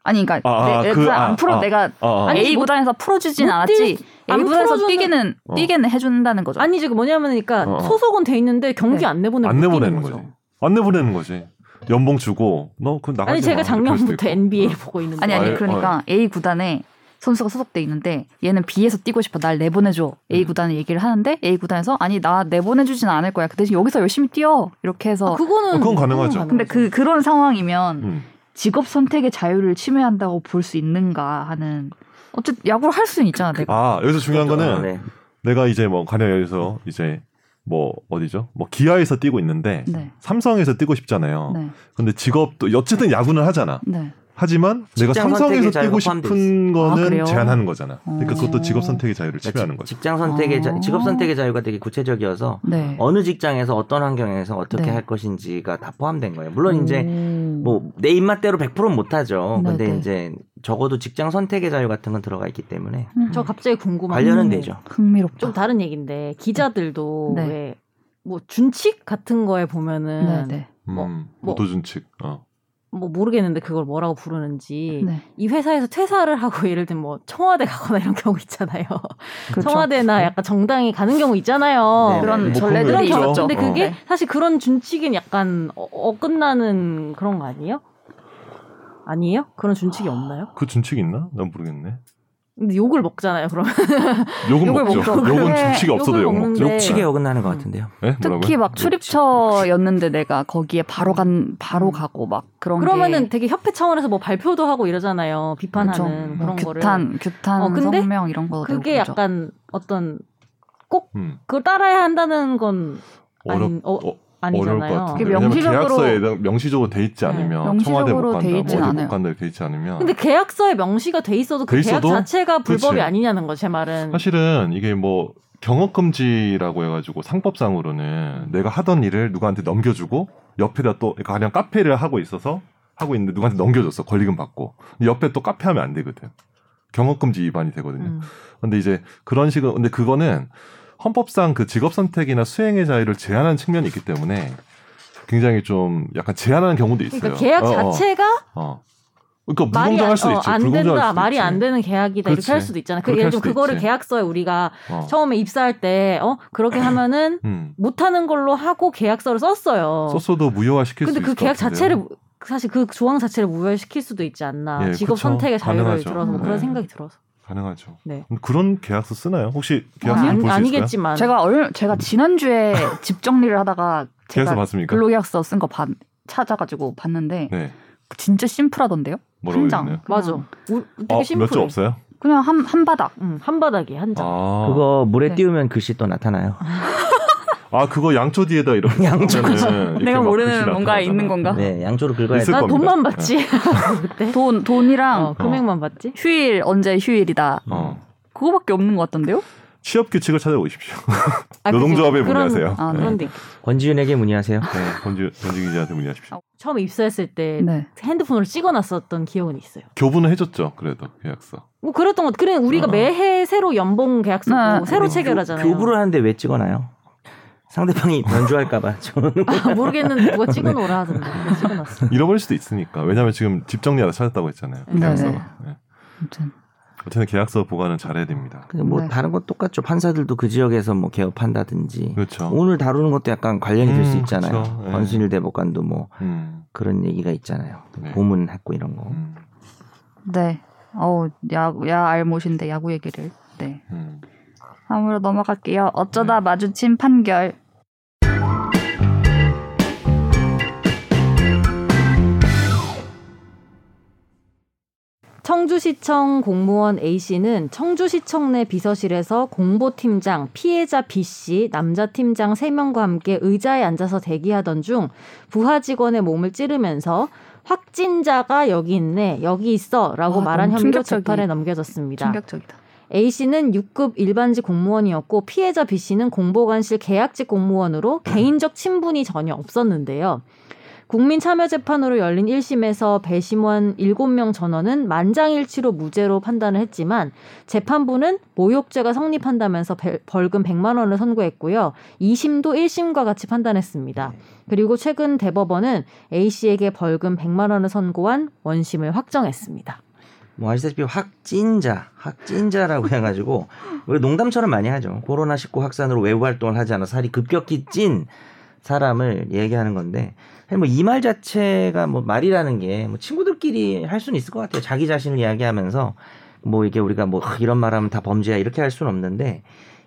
아니 그러니까
아, 아,
내,
그,
그,
아,
앞으로
아.
내가
아, 아.
아니,
A
못-
구단에서 풀어주진
못
않았지. A
안
구단에서
풀어주는-
뛰기는
어.
뛰기는 해준다는 거죠.
아니 지금 뭐냐면 그러니까
어, 어.
소속은 돼 있는데 경기
네.
안 내보내고
안
못 뛰는
내보내는 거지. 안 내보내는 거지. 연봉 주고 너 그럼 나가.
아니 제가 작년부터 NBA 를
어.
보고 있는데
아니 아니
아예,
그러니까 A 구단에 선수가 소속돼 있는데 얘는 B에서 뛰고 싶어 날 내보내줘 A
음.
구단에 얘기를 하는데 A 구단에서 아니 나 내보내주진 않을 거야 그 대신 여기서 열심히 뛰어 이렇게 해서
아, 그거는 음,
어, 그건 가능하죠.
근데 그 그런 상황이면
음.
직업 선택의 자유를 침해한다고 볼 수 있는가 하는 어쨌든 야구를 할 수는 있잖아 내가
아 여기서 중요한 거는
네.
내가 이제 뭐 간에 여기서 이제 뭐 어디죠? 뭐 기아에서 뛰고 있는데
네.
삼성에서 뛰고 싶잖아요.
네,
근데 직업도 어쨌든 야구는 하잖아.
네.
하지만 내가
직장
삼성에서
선택의 자유가
뛰고
포함돼
싶은
아,
거는
그래요?
제한하는 거잖아. 그러니까
어.
그것도 직업 선택의 자유를 침해하는
그러니까 직-
거죠.
직장 선택의 자-
어.
직업 선택의 자유가 되게 구체적이어서
네.
아,
어느 직장에서 어떤 환경에서 어떻게
네.
할 것인지가 다 포함된 거예요. 물론 이제
음.
뭐 내 입맛대로 100%는 못하죠. 근데
네네.
이제 적어도 직장 선택의 자유 같은 건 들어가 있기 때문에
음.
저 갑자기 궁금한
관련은
게
되죠.
흥미롭다.
좀 다른 얘기인데 기자들도
네.
왜 뭐 준칙 같은 거에 보면은
네, 네.
뭐-
음,
뭐-
오도준칙. 어.
뭐 모르겠는데 그걸 뭐라고 부르는지
네.
이 회사에서 퇴사를 하고 예를 들면 뭐 청와대 가거나 이런 경우 있잖아요.
그렇죠.
청와대나 약간 정당에 가는 경우 있잖아요.
네,
그런
네, 네.
전례들이
그런
뭐 그런
경우.
있죠.
있었죠.
근데
어.
그게
네.
사실 그런 준칙은 약간 어, 어긋나는 그런 거 아니에요? 아니에요? 그런 준칙이 없나요?
그 준칙 있나? 난 모르겠네.
근데 욕을 먹잖아요. 그러면
욕은
욕을
먹죠.
먹죠.
욕은
그래,
주식이 없어도
욕을
욕
먹는데.
먹죠.
네.
욕측에 어긋나는 것 같은데요.
예?
특히
뭐라고요?
막 출입처였는데 내가 거기에 바로 간 바로
음.
가고 막 그런
그러면은
게
되게 협회 차원에서 뭐 발표도 하고 이러잖아요.
그쵸.
비판하는
뭐
그런 거를.
규탄 규탄
어, 근데
성명 이런 거
그게
내고 그러죠.
약간 어떤
음.
그걸 따라야 한다는 건
어렵
아닌- 어,
어, 어려울 것
아니잖아요.
그게
같은데. 왜냐면
명시적으로-
계약서에 해당- 명시적으로 돼 있지
네,
않으면
명시적으로
청와대 못
돼
간다, 뭐
있진
어디
않아요. 그
못 간다 이렇게 돼 있지 않으면
근데 계약서에 명시가 돼 있어도 그
어. 돼
계약
있어도?
자체가 불법이
그치.
아니냐는 거 제 말은.
사실은 이게 뭐 경업 금지라고 해가지고 상법상으로는 내가 하던 일을 누구한테 넘겨주고 옆에다 또 그러니까 그냥 카페를 하고 있어서 하고 있는데 누구한테 넘겨줬어 권리금 받고 근데 옆에 또 카페 하면 안 되거든 경업 금지 위반이 되거든요.
음.
근데 이제 그런 식으로 근데 그거는 헌법상 그 직업 선택이나 수행의 자유를 제한한 측면이 있기 때문에 굉장히 좀 약간 제한하는 경우도 있어요.
그러니까 계약
어, 어,
자체가
어.
말이
그러니까
안,
무공정할 수도
어,
있지.
안
불공정할
된다,
수도
말이
있지.
안 되는 계약이다
그렇지.
이렇게 할 수도 있잖아요. 그
그렇게
예를
할
좀
수도
그거를
있지.
계약서에 우리가
어.
처음에 입사할 때 어 그렇게 하면은
음.
못하는 걸로 하고 계약서를 썼어요.
썼어도 무효화시킬 수
근데 그
있을
계약
것 같은데요.
자체를 무- 사실 그 조항 자체를 무효시킬 수도 있지 않나.
예,
직업
그쵸.
선택의 자유를
가능하죠.
들어서 뭐 그런
네.
생각이 들어서.
가능하죠.
네.
근데 그런 계약서 쓰나요? 혹시 계약서
아니,
볼수 있어요?
아니겠지만
제가 얼 제가 지난주에 집 정리를 하다가
계약서
제가
봤습니까?
근로계약서 쓴 거 찾아가지고 봤는데
네.
진짜 심플하던데요.
뭐라고
한 장.
있나요?
맞아.
그냥,
우-
어,
되게 심플해.
몇줄 없어요?
그냥 한 한 바닥.
음, 한 바닥에 한 장.
아.
그거 물에
네.
띄우면 글씨 또 나타나요.
아, 그거 양초 뒤에다 이렇게
양쪽.
하면은 이렇게
내가
막
모르는
글씨
뭔가
나타나잖아요.
있는 건가?
네, 양쪽으로 긁어야
있을
돼.
난
겁니다. 네.
돈만 받지. 그때
돈 돈이랑
어, 금액만 받지.
휴일 언제 휴일이다.
어.
그거밖에 없는 것 같던데요.
취업 규칙을 찾아오십시오.
아, 그치.
노동조합에
그런-
문의하세요.
아,
네.
그런 데
권지윤에게 문의하세요.
네, 권지 권지 기자한테 문의하십시오.
처음 입사했을 때
네.
핸드폰으로 찍어놨었던 기억은 있어요.
교부는 해줘죠 그래도 계약서.
뭐 그랬던 것. 그래 우리가
어.
매해 새로 연봉 계약서 뭐
네.
새로
아니,
체결하잖아요.
그 교- 교부를 하는데 왜 찍어놔요? 상대방이 변주할까봐 저는
아, 모르겠는데
네.
누가 찍어놓으라 하던데 그냥 찍어놨어.
잃어버릴 수도 있으니까. 왜냐면 지금 집 정리하다 찾았다고 했잖아요.
네,
계약서가. 네.
아무튼
어쨌든 계약서 보관은 잘해야 됩니다.
그냥 뭐
네.
다른 건 똑같죠. 판사들도 그 지역에서 뭐 개업한다든지
그렇죠.
오늘 다루는 것도 약간 관련이 될 수
음,
있잖아요.
그쵸. 예.
권순일 대법관도 뭐
음,
그런 얘기가 있잖아요.
네.
고문했고 이런 거.
음,
네. 어우 야구 야 알못인데 야구 얘기를. 네.
음.
다음으로 넘어갈게요. 어쩌다
네.
마주친 판결.
청주시청 공무원 A 씨는 청주시청 내 비서실에서 공보팀장 피해자 B 씨 남자 팀장 3명과 함께 의자에 앉아서 대기하던 중 부하 직원의 몸을 찌르면서 확진자가 여기 있네 여기 있어라고
와,
말한
너무
혐의로
충격적이-
재판에 넘겨졌습니다.
충격적이다.
A 씨는 6급 일반직 공무원이었고 피해자 B 씨는 공보관실 계약직 공무원으로 개인적 친분이 전혀 없었는데요. 국민참여재판으로 열린 1심에서 배심원 7명 전원은 만장일치로 무죄로 판단을 했지만 재판부는 모욕죄가 성립한다면서 배- 벌금 100만 원을 선고했고요. 2심도 1심과 같이
네.
판단했습니다. 그리고 최근 대법원은 A 씨에게 벌금 100만 원을 선고한 원심을 확정했습니다.
뭐 아시다시피 확진자, 확진자라고 해가지고 우리 농담처럼 많이 하죠. 코로나 19 확산으로 외부 활동을 하지 않아 살이 급격히 찐 사람을 얘기하는 건데 뭐 이 말 자체가 뭐 말이라는 게 뭐 친구들끼리 할 수는 있을 것 같아요. 자기 자신을 이야기하면서 뭐 이게 우리가 뭐 "아, 이런 말하면 다 범죄야 이렇게 할 수는 없는데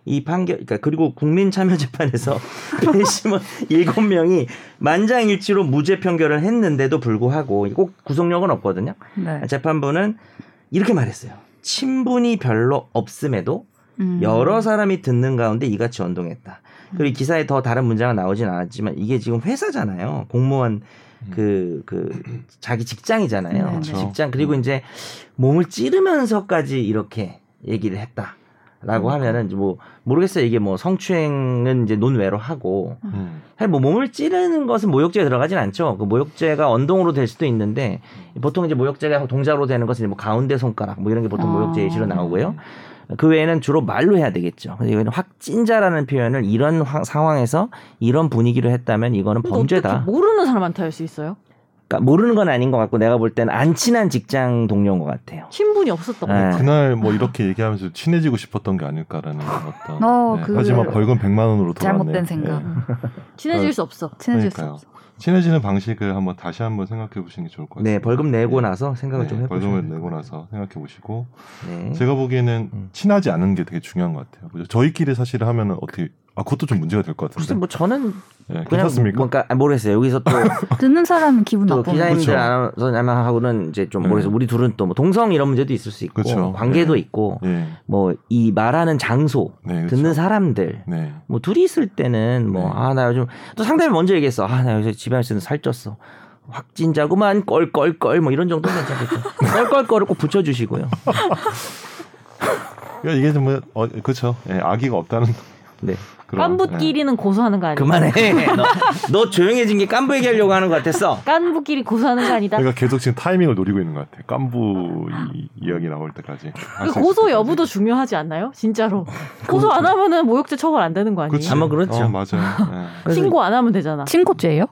이 판결 그러니까 그리고 국민참여재판에서 배심원 7명이 만장일치로 무죄 판결을 했는데도 불구하고 이게 꼭 구속력은 없거든요.
네.
아, 재판부는 이렇게 말했어요. 친분이 별로 없음에도
음.
여러 사람이 듣는 가운데 이같이 언동했다. 그리고 이 기사에 더 다른 문장은 나오진 않았지만 이게 지금 회사잖아요. 공무원 그, 그, 자기 직장이잖아요.
음. 네, 네.
직장. 그리고 이제 몸을 찌르면서까지 이렇게 얘기를 했다. 라고
그러니까.
하면은 이제 뭐 모르겠어요 이게 뭐 성추행은 이제 논외로 하고
음.
사실 뭐 몸을 찌르는 것은 모욕죄에 들어가진 않죠. 그 모욕죄가 언동으로 될 수도 있는데 보통 이제 모욕죄가 동자로 되는 것은 이제 뭐 가운데 손가락 뭐 이런 게 보통
아.
모욕죄 예시로 나오고요.
네.
그 외에는 주로 말로 해야 되겠죠. 근데 이거는 확진자라는 표현을 이런 화- 상황에서 이런 분위기로 했다면 이거는
근데 그러니까 어떻게 뭐
범죄다.
모르는 사람한테 할 수 있어요?
그러니까 모르는 건 아닌 것 같고 내가 볼 때는 안 친한 직장 동료인 것 같아요.
친분이 없었던 거
네.
같아요.
그날 뭐 이렇게 얘기하면서 친해지고 싶었던 게 아닐까라는 어떤. 네.
어, 그-
하지만 벌금 100만 원으로 돌아왔네.
잘못된 생각.
네.
친해질 수 없어.
친해질
그러니까요.
수 없어.
친해지는 방식을 한번 다시 한번 생각해 보시는 게 좋을 것 같아요.
네, 벌금 내고 나서 생각을
네,
좀 해보세요.
벌금을 내고 나서 생각해 보시고
네.
제가 보기에는
음.
친하지 않은 게 되게 중요한 것 같아요. 그죠? 저희끼리 사실 하면은 어떻게 아 그것도 좀 문제가 될 것
글쎄
같은데.
뭐 저는
예,
그냥
괜찮습니까?
뭐, 그러니까 모르겠어요. 여기서 또,
듣는 사람은 기분
또
나쁘
기자님들
그쵸.
아나운서님하고는 이제 좀
네.
모르겠어요. 우리 둘은 또 뭐 동성 이런 문제도 있을 수 있고
그쵸.
관계도
네.
있고
예.
뭐 이 말하는 장소
네. 그렇죠.
듣는 사람들
네.
뭐 둘이 있을 때는 뭐
네.
아 나 요즘 또 상대방이 먼저 얘기했어 아 나 요새 집에 있으면 살쪘어 확진자구만 껄껄껄 뭐 이런 정도는 괜찮겠죠 껄껄껄을 꼭 붙여주시고요
그러니까 이게 좀 뭐, 어, 그렇죠. 예, 악의가 없다는
네
그런 예.
깐부끼리는 고소하는 거 아니다.
그만해 너, 너 조용해진 게 깐부 얘기하려고 하는 것 같았어
깐부끼리 고소하는 거
예.
아니다.
그러니까 계속 지금 타이밍을 노리고 있는 것 같아. 깐부 이, 이야기 나올 때까지. 아,
그 고소 여부도 중요하지 않나요? 진짜로. 고소 안 하면은 모욕죄 처벌 안 되는 거 아니에요?
그렇지.
아마 어, 그렇죠.
어, 맞아요. 예.
그래서
신고 안 하면 되잖아.
친코죄예요?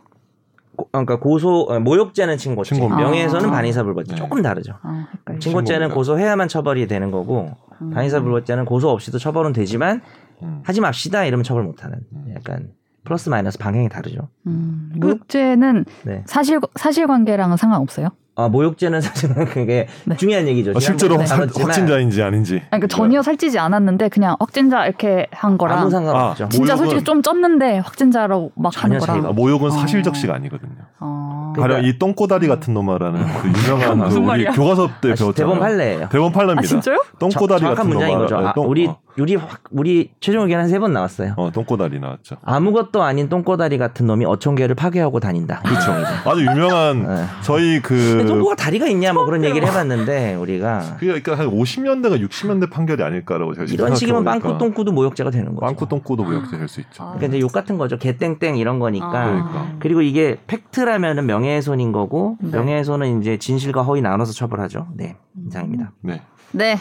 고- 그러니까 고소 어, 모욕죄는 친고죄
친고죄.
명예훼손은
아.
반의사불벌죄
네.
조금 다르죠
아, 헷갈려.
친고죄는
친고입니다.
고소해야만 처벌이 되는 거고
음.
반의사불벌죄는 고소 없이도 처벌은 되지만
음.
하지 맙시다 이러면 처벌 못하는
음.
약간 플러스 마이너스 방향이 다르죠
음, 모욕죄는
네.
사실 사실관계랑은 상관없어요?
아 모욕죄는 사실은 그게
네.
중요한 얘기죠.
아, 실제로
지난번에
확-
다뤘지만
확진자인지 아닌지.
아니, 그러니까 전혀 살찌지 않았는데 그냥 확진자 이렇게 한
네. 아무
거랑
상관없죠.
아, 뭐-
진짜
모욕은-
솔직히 좀 쪘는데 확진자라고 막
전혀
하는 거랑
차이가
아, 모욕은
어.
사실적시가 아니거든요.
어.
그러니까-
가령 이 똥꼬다리 같은 놈아라는 그 유명한 그
무슨
우리
말이야?
교과서 때
아,
배웠잖아요.
대본 판례예요.
대본
아
팔레입니다.
진짜요?
똥꼬다리
정-
같은
정확한 문장인
놈아.
거죠. 아,
네, 똥-
우리
어,
우리 확- 우리 최종 의견 한 세 번 나왔어요.
어, 똥꼬다리 나왔죠.
아무것도 아닌 똥꼬다리 같은 놈이 어촌계를 파괴하고 다닌다. 그렇죠.
아주 유명한
네.
저희
네,
그
똥꼬가 다리가 있냐 뭐 그런 얘기를 해봤는데 우리가
그게 그러니까 한 50년대가 60년대 판결이 아닐까라고 제가
이런 식이면 빵꾸
똥
똥꾸도 모욕죄가 되는 거죠.
빵꾸 똥꼬도 무역죄 될수 있죠.
아.
그러니까 이제 욕 같은 거죠. 개땡땡 이런 거니까.
그러니까.
그리고 이게 팩트라면은 명예훼손인 거고
네.
명예훼손은 이제 진실과 허위 나눠서 처벌하죠. 네 이상입니다.
네.
네.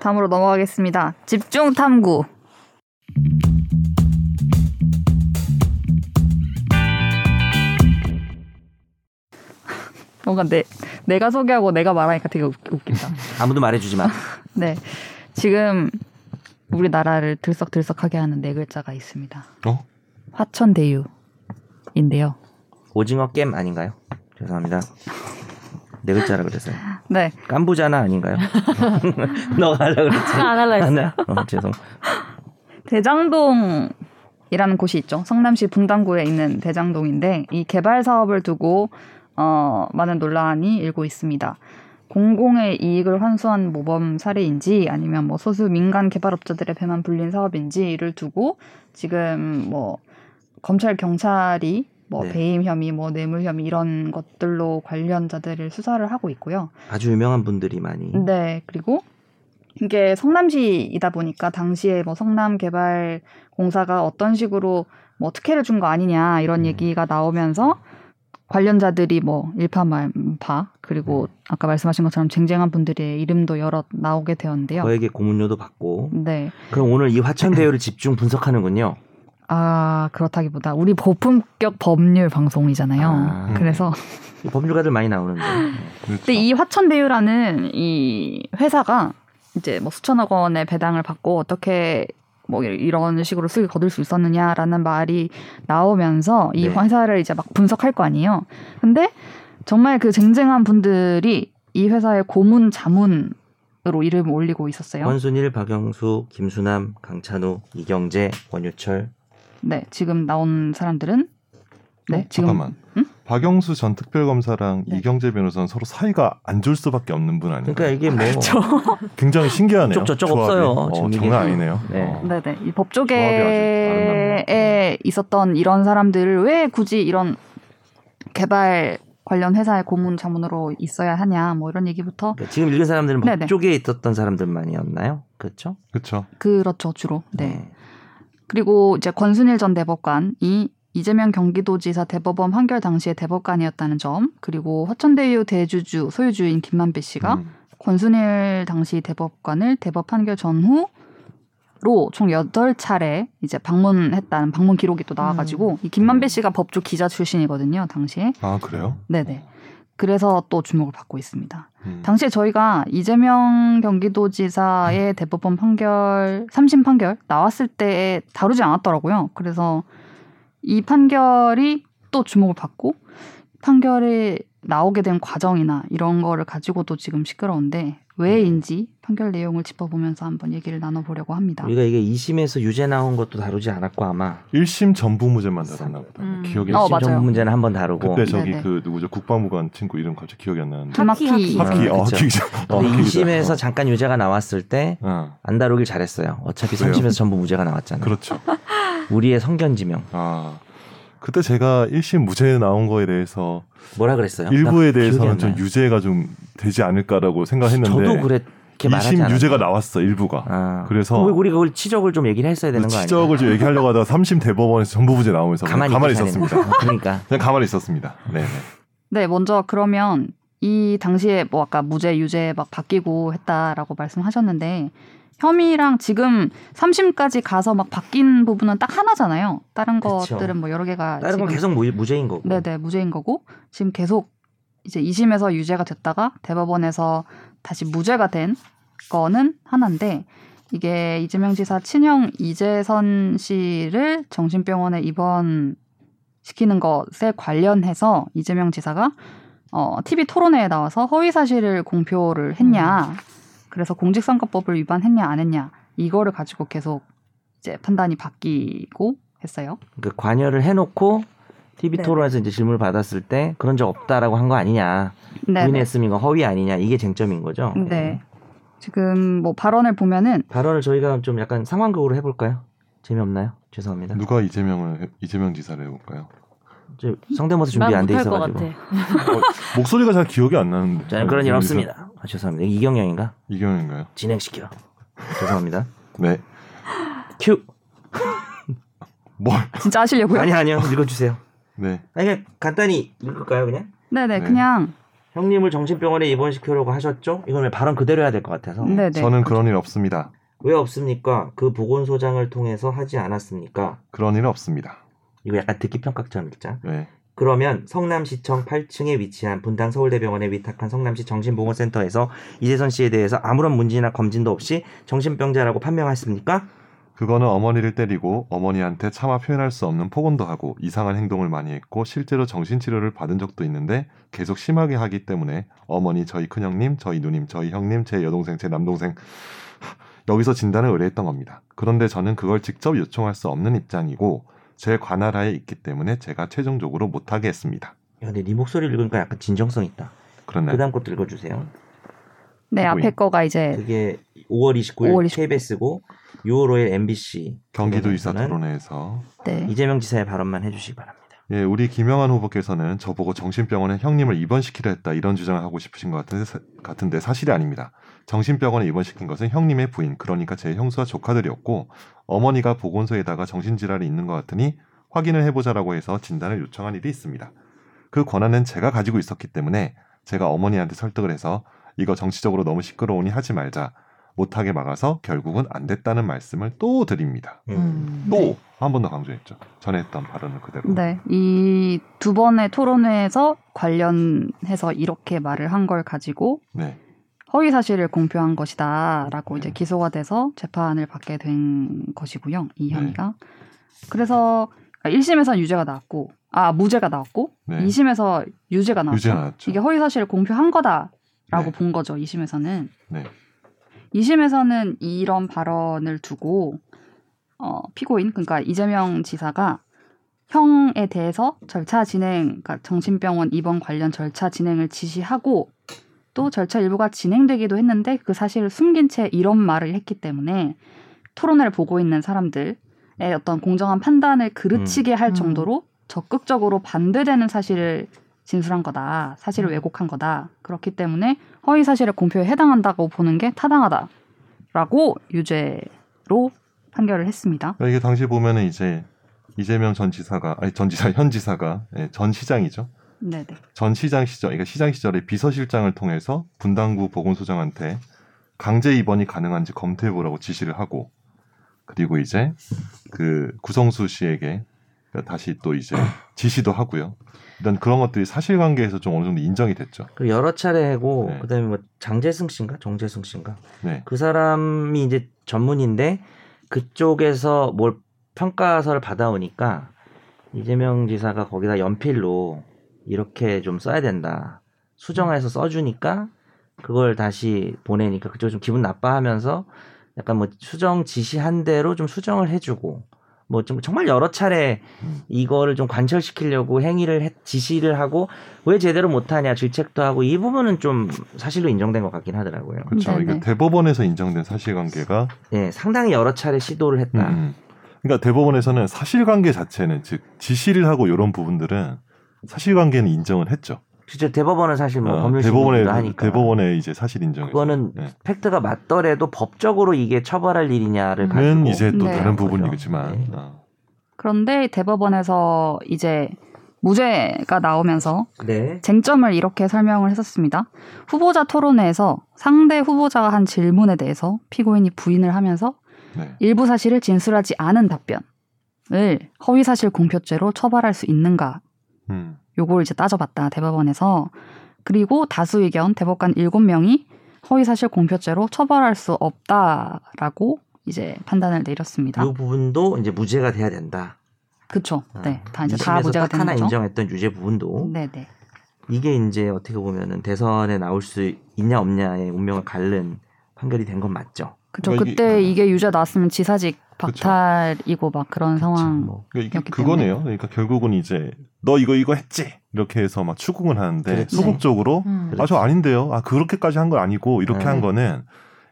다음으로 넘어가겠습니다. 집중 탐구. 뭔가 내 내가 소개하고 내가 말하니까 되게 웃, 웃긴다.
아무도 말해주지 마.
네. 지금 우리나라를 들썩들썩하게 하는 네 글자가 있습니다.
어?
화천대유인데요.
오징어 겜 아닌가요? 죄송합니다. 네 글자라 그랬어요.
네.
깐부자나 아닌가요? 너가 하려고 그랬지.
안 할라 했어.
하나? 어, 죄송.
대장동이라는 곳이 있죠. 성남시 분당구에 있는 대장동인데 이 개발 사업을 두고 어, 많은 논란이 일고 있습니다. 공공의 이익을 환수한 모범 사례인지 아니면 뭐 소수 민간 개발업자들의 배만 불린 사업인지를 두고 지금 뭐 검찰 경찰이 뭐
네.
배임 혐의, 뭐 뇌물 혐의 이런 것들로 관련자들을 수사를 하고 있고요.
아주 유명한 분들이 많이.
네, 그리고 이게 성남시이다 보니까 당시에 뭐 성남 개발 공사가 어떤 식으로 뭐 특혜를 준 거 아니냐 이런
음.
얘기가 나오면서 관련자들이 뭐 일파만파 그리고 아까 말씀하신 것처럼 쟁쟁한 분들의 이름도 여러 나오게 되었는데요.
저에게 고문료도 받고.
네.
그럼 오늘 이 화천 대유를 집중 분석하는군요.
아, 그렇다기보다 우리 고품격 법률 방송이잖아요.
아.
그래서
이 법률가들 많이 나오는데. 네.
그렇죠.
근데 이 화천대유라는 이 회사가 이제 뭐 수천억 원의 배당을 받고 어떻게 뭐 이- 이런 식으로 수익을 거둘 수 있었느냐라는 말이 나오면서 이
네.
회사를 이제 막 분석할 거 아니에요. 근데 정말 그 쟁쟁한 분들이 이 회사의 고문 자문으로 이름을 올리고 있었어요.
권순일, 박영수, 김수남, 강찬우, 이경재, 권유철.
네, 지금 나온 사람들은 네,
어,
지금
잠깐만.
응?
박영수 전 특별검사랑
네.
이경재 변호사는 서로 사이가 안 좋을 수밖에 없는 분 아니에요?
그러니까 이게 뭐
그렇죠.
굉장히 신기하네요.
이쪽 저쪽
조합이.
없어요,
어,
지금 이게.
장난 아니네요.
네.
어.
네, 네. 이
조합이 아주
법조계에
아름답네요.
있었던 이런 사람들을 왜 굳이 이런 개발 관련 회사의 고문 자문으로 있어야 하냐 뭐 이런 얘기부터
그러니까 지금 읽은 사람들은
네네.
법조계에 있었던 사람들만이었나요? 그렇죠?
그렇죠.
그렇죠 주로
음.
네 그리고 이제 권순일 전 대법관이 이재명 경기도지사 대법원 판결 당시의 대법관이었다는 점 그리고 화천대유 대주주 소유주인 김만배 씨가
음.
권순일 당시 대법관을 대법 판결 전후 로 총 8차례 이제 방문했다는 방문 기록이 또 나와가지고 이 김만배 씨가 법조 기자 출신이거든요 당시에
아 그래요?
네네 그래서 또 주목을 받고 있습니다.
음.
당시에 저희가 이재명 경기도지사의 대법원 판결 3심 판결 나왔을 때 다루지 않았더라고요. 그래서 이 판결이 또 주목을 받고 판결이 나오게 된 과정이나 이런 거를 가지고도 지금 시끄러운데 왜인지 판결 내용을 짚어보면서 한번 얘기를 나눠보려고 합니다.
네. 우리가 이게 2심에서 유죄 나온 것도 다루지 않았고 아마
1심 전부 문제만 다뤘나 보다.
음.
기억이
네. 어,
안 나.
맞아요.
전 문제는 한 번 다루고
그때 저기
네네.
그 누구죠? 국방부관 친구 이름 갑자기 기억이 안 나는데.
하키,
하키.
하키.
하키. 어,
아, 그쵸.
하키 기자. 어, 하키 기자.
2심에서 잠깐 유죄가 나왔을 때 안
어.
다루길 잘했어요. 어차피
그래요?
3심에서 전부 무죄가 나왔잖아요.
그렇죠.
우리의 성견지명
아 그때 제가 1심 무죄 나온 거에 대해서
뭐라 그랬어요?
일부에
아, 나 기억이
대해서는
안
좀
나요.
유죄가 좀 되지 않을까라고 생각했는데
저도 그렇게 말하지
2심
않았어요.
유죄가 나왔어 일부가.
아.
그래서 뭐
우리- 우리 그걸 치적을 좀 얘기를 했어야 되는 거 아니에요?
지적을 좀 얘기하려고 하다가 3심 대법원에서 전부 무죄 나오면서
가만히,
가만히,
있어야
있었습니다.
되는 거. 그러니까
그냥 가만히 있었습니다. 네.
네, 먼저 그러면 이 당시에 뭐 아까 무죄 유죄 막 바뀌고 했다라고 말씀하셨는데 혐의랑 지금 3심까지 가서 막 바뀐 부분은 딱 하나잖아요. 다른
그쵸.
것들은 뭐 여러 개가
다른
지금-
건 계속 무- 무죄인 거고.
네네 무죄인 거고 지금 계속 이제 2심에서 유죄가 됐다가 대법원에서 다시 무죄가 된 거는 하나인데 이게 이재명 지사 친형 이재선 씨를 정신병원에 입원 시키는 것에 관련해서 이재명 지사가 어, TV 토론회에 나와서 허위 사실을 공표를 했냐, 그래서 공직선거법을 위반했냐 안 했냐 이거를 가지고 계속 이제 판단이 바뀌고 했어요.
그 관여를 해놓고 TV
네.
토론에서 이제 질문을 받았을 때 그런 적 없다라고 한 거 아니냐
네, 네.
부인했으면 이거 허위 아니냐 이게 쟁점인 거죠.
네. 지금 뭐 발언을 보면은
발언을 저희가 좀 약간 상황극으로 해볼까요? 재미없나요? 죄송합니다.
누가 이재명을 해- 이재명 지사를 해볼까요?
저 성대모사 준비
난
안 돼
못할 것
있어가지고.
같아.
어, 목소리가 잘 기억이 안 나는데.
저는 그런 일
이재명
없습니다. 아, 죄송합니다. 이경영인가?
지사- 이경영인가요?
진행시켜. 죄송합니다.
네.
큐.
뭘?
진짜 하시려고요?
아니 아니요 읽어주세요.
네.
아니 그냥 간단히 읽을까요 그냥?
네네
네.
그냥
형님을 정신병원에 입원시키려고 하셨죠? 이건 왜 발언 그대로 해야 될 것
음.
같아서.
네네
저는 그런 일 없습니다.
왜 없습니까? 그 보건소장을 통해서 하지 않았습니까?
그런 일 없습니다.
이거 약간 듣기 평가처럼 읽자.
네.
그러면 성남시청 8층에 위치한 분당 서울대병원에 위탁한 성남시 정신보건센터에서 이재선 씨에 대해서 아무런 문제나 검진도 없이 정신병자라고 판명하셨습니까?
그거는 어머니를 때리고 어머니한테 차마 표현할 수 없는 폭언도 하고 이상한 행동을 많이 했고 실제로 정신치료를 받은 적도 있는데 계속 심하게 하기 때문에 어머니 저희 큰형님 저희 누님 저희 형님 제 여동생 제 남동생 여기서 진단을 의뢰했던 겁니다. 그런데 저는 그걸 직접 요청할 수 없는 입장이고 제 관할하에 있기 때문에 제가 최종적으로 못하게 했습니다.
야, 근데 네 목소리를 읽으니까 약간 진정성 있다.
그렇나요?
그 다음 것도 읽어주세요.
네 앞에
누구인?
거가 이제
그게 5월 29일
5월 29일
KBS고 6월 5일 MBC
경기도 이사
토론에서는
토론회에서
네
이재명 지사의 발언만 해주시기 바랍니다.
예, 우리 김영환 후보께서는 저보고 정신병원에 형님을 입원시키려 했다 이런 주장을 하고 싶으신 것 같은데, 사- 같은데 사실이 아닙니다. 정신병원에 입원시킨 것은 형님의 부인, 그러니까 제 형수와 조카들이었고 어머니가 보건소에다가 정신질환이 있는 것 같으니 확인을 해보자라고 해서 진단을 요청한 일이 있습니다. 그 권한은 제가 가지고 있었기 때문에 제가 어머니한테 설득을 해서 이거 정치적으로 너무 시끄러우니 하지 말자 못하게 막아서 결국은 안 됐다는 말씀을 또 드립니다.
음.
네.
또 한 번 더 강조했죠. 전에 했던 발언을 그대로.
네. 이 두 번의 토론회에서 관련해서 이렇게 말을 한 걸 가지고
네.
허위 사실을 공표한 것이다라고
네.
이제 기소가 돼서 재판을 받게 된 것이고요. 이
네.
혐의가 그래서 그러니까 1심에서 유죄가 나왔고 아 무죄가 나왔고
네.
2심에서 유죄가 나왔죠.
유죄 나왔죠.
이게 허위 사실을 공표한 거다라고
그렇죠. 네.
본 거죠. 2심에서는.
네.
2심에서는 이런 발언을 두고 어, 피고인 그러니까 이재명 지사가 형에 대해서 절차 진행 그러니까 정신병원 입원 관련 절차 진행을 지시하고 또 절차 일부가 진행되기도 했는데 그 사실을 숨긴 채 이런 말을 했기 때문에 토론회를 보고 있는 사람들의 어떤 공정한 판단을 그르치게 할
음.
정도로 적극적으로 반대되는 사실을 진술한 거다. 사실을 왜곡한 거다. 그렇기 때문에 허위 사실의 공표에 해당한다고 보는 게 타당하다라고 유죄로 판결을 했습니다.
그러니까 이게 당시 보면은 이제 이재명 전 지사가 아니 전 지사 현 지사가 예, 전 시장이죠.
네네.
전 시장 시절 그러니까 시장 시절에 비서실장을 통해서 분당구 보건소장한테 강제 입원이 가능한지 검토해 보라고 지시를 하고 그리고 이제 그 구성수 씨에게 다시 또 이제 지시도 하고요. 일단 그런 것들이 사실관계에서 좀 어느 정도 인정이 됐죠.
그 여러 차례고
네.
그다음에 뭐 장재승 씨인가 정재승 씨인가
네.
그 사람이 이제 전문인데 그쪽에서 뭘 평가서를 받아오니까 이재명 지사가 거기다 연필로 이렇게 좀 써야 된다 수정해서 써주니까 그걸 다시 보내니까 그쪽 좀 기분 나빠하면서 약간 뭐 수정 지시한 대로 좀 수정을 해주고 뭐 좀 정말 여러 차례
음.
이거를 좀 관철시키려고 행위를 했- 지시를 하고 왜 제대로 못하냐 질책도 하고 이 부분은 좀 사실로 인정된 것 같긴 하더라고요.
그렇죠.
네네.
이게 대법원에서 인정된 사실관계가
예, 상당히 여러 차례 시도를 했다.
음. 그러니까 대법원에서는 사실관계 자체는 즉 지시를 하고 이런 부분들은 사실관계는 인정을 했죠.
실제 대법원은 사실 뭐
어,
법률
대법원의
심의도 하니까
대법원의 이제 사실 인정.
그거는
네.
팩트가 맞더라도 법적으로 이게 처벌할 일이냐를 가지고
는 이제 또
네.
그런
다른
거죠.
부분이겠지만
네.
어.
그런데 대법원에서 이제 무죄가 나오면서
네.
쟁점을 이렇게 설명을 했었습니다. 후보자 토론회에서 상대 후보자가 한 질문에 대해서 피고인이 부인을 하면서
네.
일부 사실을 진술하지 않은 답변을 허위사실 공표죄로 처벌할 수 있는가
음.
요걸 이제 따져봤다 대법원에서 그리고 다수 의견 대법관 7명이 허위사실 공표죄로 처벌할 수 없다라고 이제 판단을 내렸습니다.
이 부분도 이제 무죄가 돼야 된다. 아,
그쵸? 네, 다 이제 다
이심에서
무죄가
딱
되는
하나
거죠.
인정했던 유죄 부분도
네, 네,
이게 이제 어떻게 보면은 대선에 나올 수 있냐 없냐의 운명을 갈른 판결이 된 건 맞죠.
그쵸?
그러니까 이게-
그때 이게 유죄 나왔으면 지사직
그쵸.
박탈이고 막 그런 상황.
뭐.
그러니까
그렇기
이게 그거네요. 그러니까 결국은 이제 너 이거 이거 했지 이렇게 해서 막 추궁을 하는데
뭐, 그렇지.
소극적으로
음.
아 저 아닌데요. 아 그렇게까지 한 건 아니고
네.
이렇게 한 거는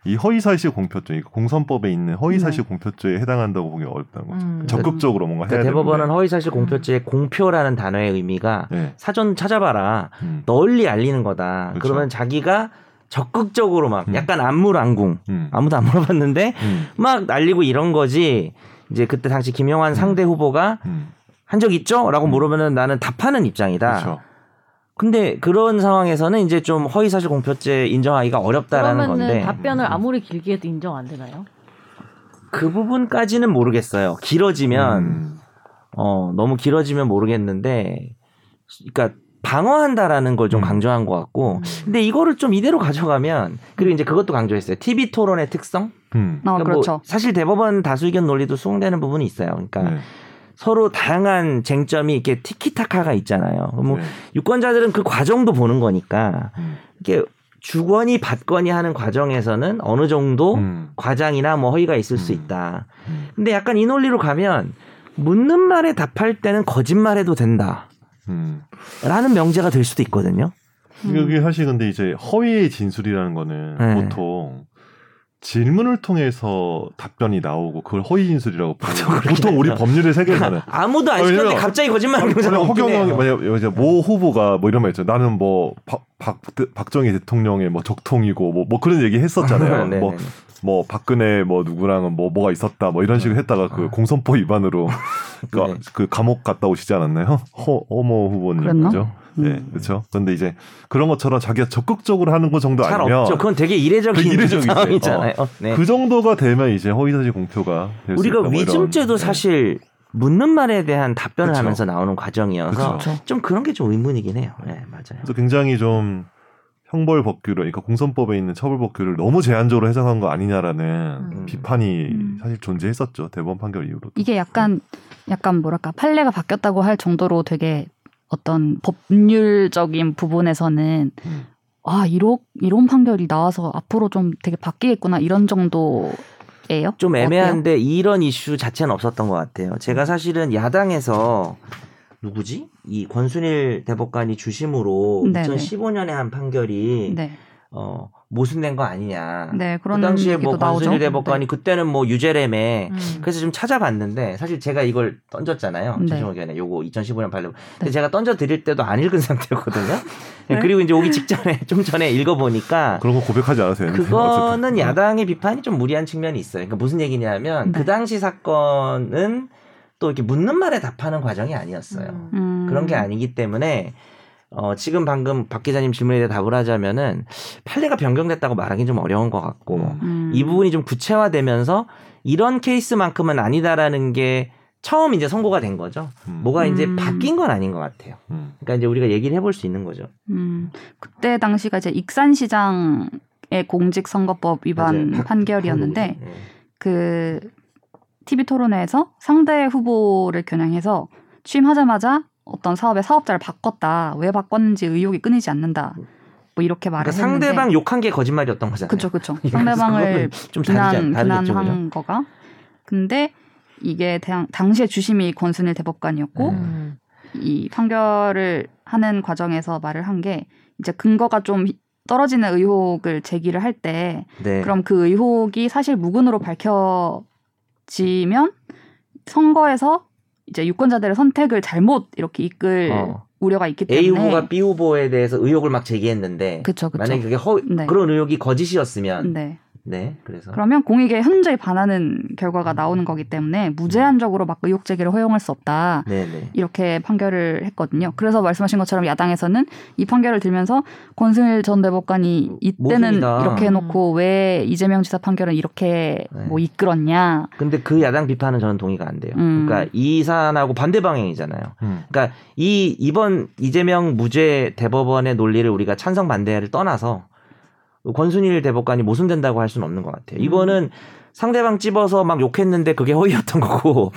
이 허위사실 공표죄, 이 공선법에 있는 허위사실 공표죄에 해당한다고 보기 어렵다는 거죠.
음.
적극적으로 뭔가 해야
음. 그러니까 대법원은
되는데.
허위사실 공표죄의 공표라는 단어의 의미가
네.
사전 찾아봐라.
음.
널리 알리는 거다.
그렇죠.
그러면 자기가 적극적으로 막
음.
약간 안물안궁
음.
아무도 안 물어봤는데
음.
막 날리고 이런 거지. 이제 그때 당시 김용환 상대 후보가
음.
한 적 있죠?라고 물으면은 나는 답하는 입장이다.
그렇죠.
근데 그런 상황에서는 이제 좀 허위사실 공표죄 인정하기가 어렵다라는
그러면은
건데 음.
답변을 아무리 길게 해도 인정 안 되나요?
그 부분까지는 모르겠어요. 길어지면
음.
어 너무 길어지면 모르겠는데, 그러니까 방어한다라는 걸 좀
음.
강조한 것 같고 근데 이거를 좀 이대로 가져가면 그리고 이제 그것도 강조했어요. TV 토론의 특성.
음.
어,
그러니까 뭐
그렇죠.
사실 대법원 다수 의견 논리도 수긍되는 부분이 있어요. 그러니까
네.
서로 다양한 쟁점이 이렇게 티키타카가 있잖아요. 뭐
네.
유권자들은 그 과정도 보는 거니까
음.
이게 주거니 받거니 하는 과정에서는 어느 정도
음.
과장이나 뭐 허위가 있을 수
음.
있다.
음.
근데 약간 이 논리로 가면 묻는 말에 답할 때는 거짓말해도 된다라는
음.
명제가 될 수도 있거든요.
이게 사실 근데 이제 허위의 진술이라는 거는
음. 네.
보통 질문을 통해서 답변이 나오고 그걸 허위 진술이라고
보통
부르고
그렇게
보통 우리
하죠.
법률의 세계에서는
아무도 안 시켰는데
네. 왜냐면-
갑자기 거짓말을 하는 사람 없긴 해요.
허경영 만약 이제 모 후보가 뭐 이런 말 있죠. 나는 뭐박 박정희 대통령의 뭐 적통이고 뭐, 뭐 그런 얘기 했었잖아요.
네,
뭐
네, 네.
뭐 박근혜 뭐 누구랑은 뭐 뭐가 있었다 뭐 이런 식으로 했다가 그
아.
공선법 위반으로 그,
네.
그 감옥 갔다 오시지 않았나요? 허 어머 후보님
그랬나? 음.
그죠? 네, 그렇죠. 근데 이제 그런 것처럼 자기가 적극적으로 하는 거 정도
잘
아니면
없죠. 그건 되게 이례적인
되게 이례적이지.
상황이잖아요. 네.
그 정도가 되면 이제 허위사실 공표가 될수
우리가
있다, 뭐 이런.
위증죄도
네.
사실 묻는 말에 대한 답변을
그쵸.
하면서 나오는 과정이어서
그쵸.
좀 그런 게 좀 의문이긴 해요. 네, 맞아요.
그래서 굉장히 좀 형벌 법규를 그러니까 공선법에 있는 처벌 법규를 너무 제한적으로 해석한 거 아니냐라는
음.
비판이
음.
사실 존재했었죠 대법원 판결 이후로.
이게 약간 약간 뭐랄까 판례가 바뀌었다고 할 정도로 되게 어떤 법률적인 부분에서는
음.
아 이런 이런 판결이 나와서 앞으로 좀 되게 바뀌겠구나 이런 정도예요?
좀
어때요?
애매한데 이런 이슈 자체는 없었던 것 같아요. 제가 사실은 야당에서 누구지? 이 권순일 대법관이 주심으로
네네.
2015년에 한 판결이
네,
어, 모순된 거 아니냐.
네
그
그런
당시에
얘기도
뭐
나오죠. 네.
권순일 대법관이 그때는 뭐 유죄라며
음.
그래서 좀 찾아봤는데 사실 제가 이걸 던졌잖아요.
네.
최종 의견에 요거 2015년 발표. 근데
네.
제가 던져 드릴 때도 안 읽은 상태였거든요.
네.
그리고 이제 오기 직전에 좀 전에 읽어 보니까
그런 거 고백하지 않으세요?
그거는
어쨌든.
야당의 비판이 좀 무리한 측면이 있어요. 그러니까 무슨 얘기냐면
네.
그 당시 사건은 또 이렇게 묻는 말에 답하는 과정이 아니었어요.
음.
음.
그런 게 아니기 때문에 어, 지금 방금 박 기자님 질문에 대해 답을 하자면은 판례가 변경됐다고 말하기는 좀 어려운 것 같고
음.
음.
이 부분이 좀 구체화되면서 이런 케이스만큼은 아니다라는 게 처음 이제 선고가 된 거죠.
음,
뭐가 이제
음.
바뀐 건 아닌 것 같아요.
음.
그러니까 이제 우리가 얘기를 해볼 수 있는 거죠.
음, 그때 당시가 이제 익산시장의 공직선거법 위반
맞아요.
판결이었는데
네.
그 TV 토론회에서 상대 후보를 겨냥해서 취임하자마자 어떤 사업의 사업자를 바꿨다. 왜 바꿨는지 의혹이 끊이지 않는다. 뭐 이렇게 말을
그러니까
했는데
상대방 욕한 게 거짓말이었던 거잖아요.
그쵸 그쵸
이거는
상대방을
좀
비난
다르지 않- 다르겠죠, 그죠?
비난한 거가 근데 이게 당, 당시에 주심이 권순일 대법관이었고
음.
이 판결을 하는 과정에서 말을 한 게 이제 근거가 좀 떨어지는 의혹을 제기를 할 때
네.
그럼 그 의혹이 사실 무근으로 밝혀지면 선거에서 이제 유권자들의 선택을 잘못 이렇게 이끌
어.
우려가 있기 때문에
A 후보가 B 후보에 대해서 의혹을 막 제기했는데
그쵸 그쵸
만약에 그게 허
네.
그런 의혹이 거짓이었으면
네
네 그래서
그러면 공익의 현저히 반하는
음.
결과가 나오는 거기 때문에 무제한적으로 막 의혹 제기를 허용할 수 없다.
네네
이렇게 판결을 했거든요. 그래서 말씀하신 것처럼 야당에서는 이 판결을 들면서 권순일 전 대법관이 이때는
모순이다.
이렇게 해놓고 왜 이재명 지사 판결은 이렇게
네.
뭐 이끌었냐.
근데 그 야당 비판은 저는 동의가 안 돼요.
음.
그러니까 이 사안하고 반대 방향이잖아요.
음.
그러니까 이 이번 이재명 무죄 대법원의 논리를 우리가 찬성 반대를 떠나서 뭐 권순일 대법관이 모순된다고 할 수는 없는 것 같아요. 이거는 상대방 찝어서 막 욕했는데 그게 허위였던 거고.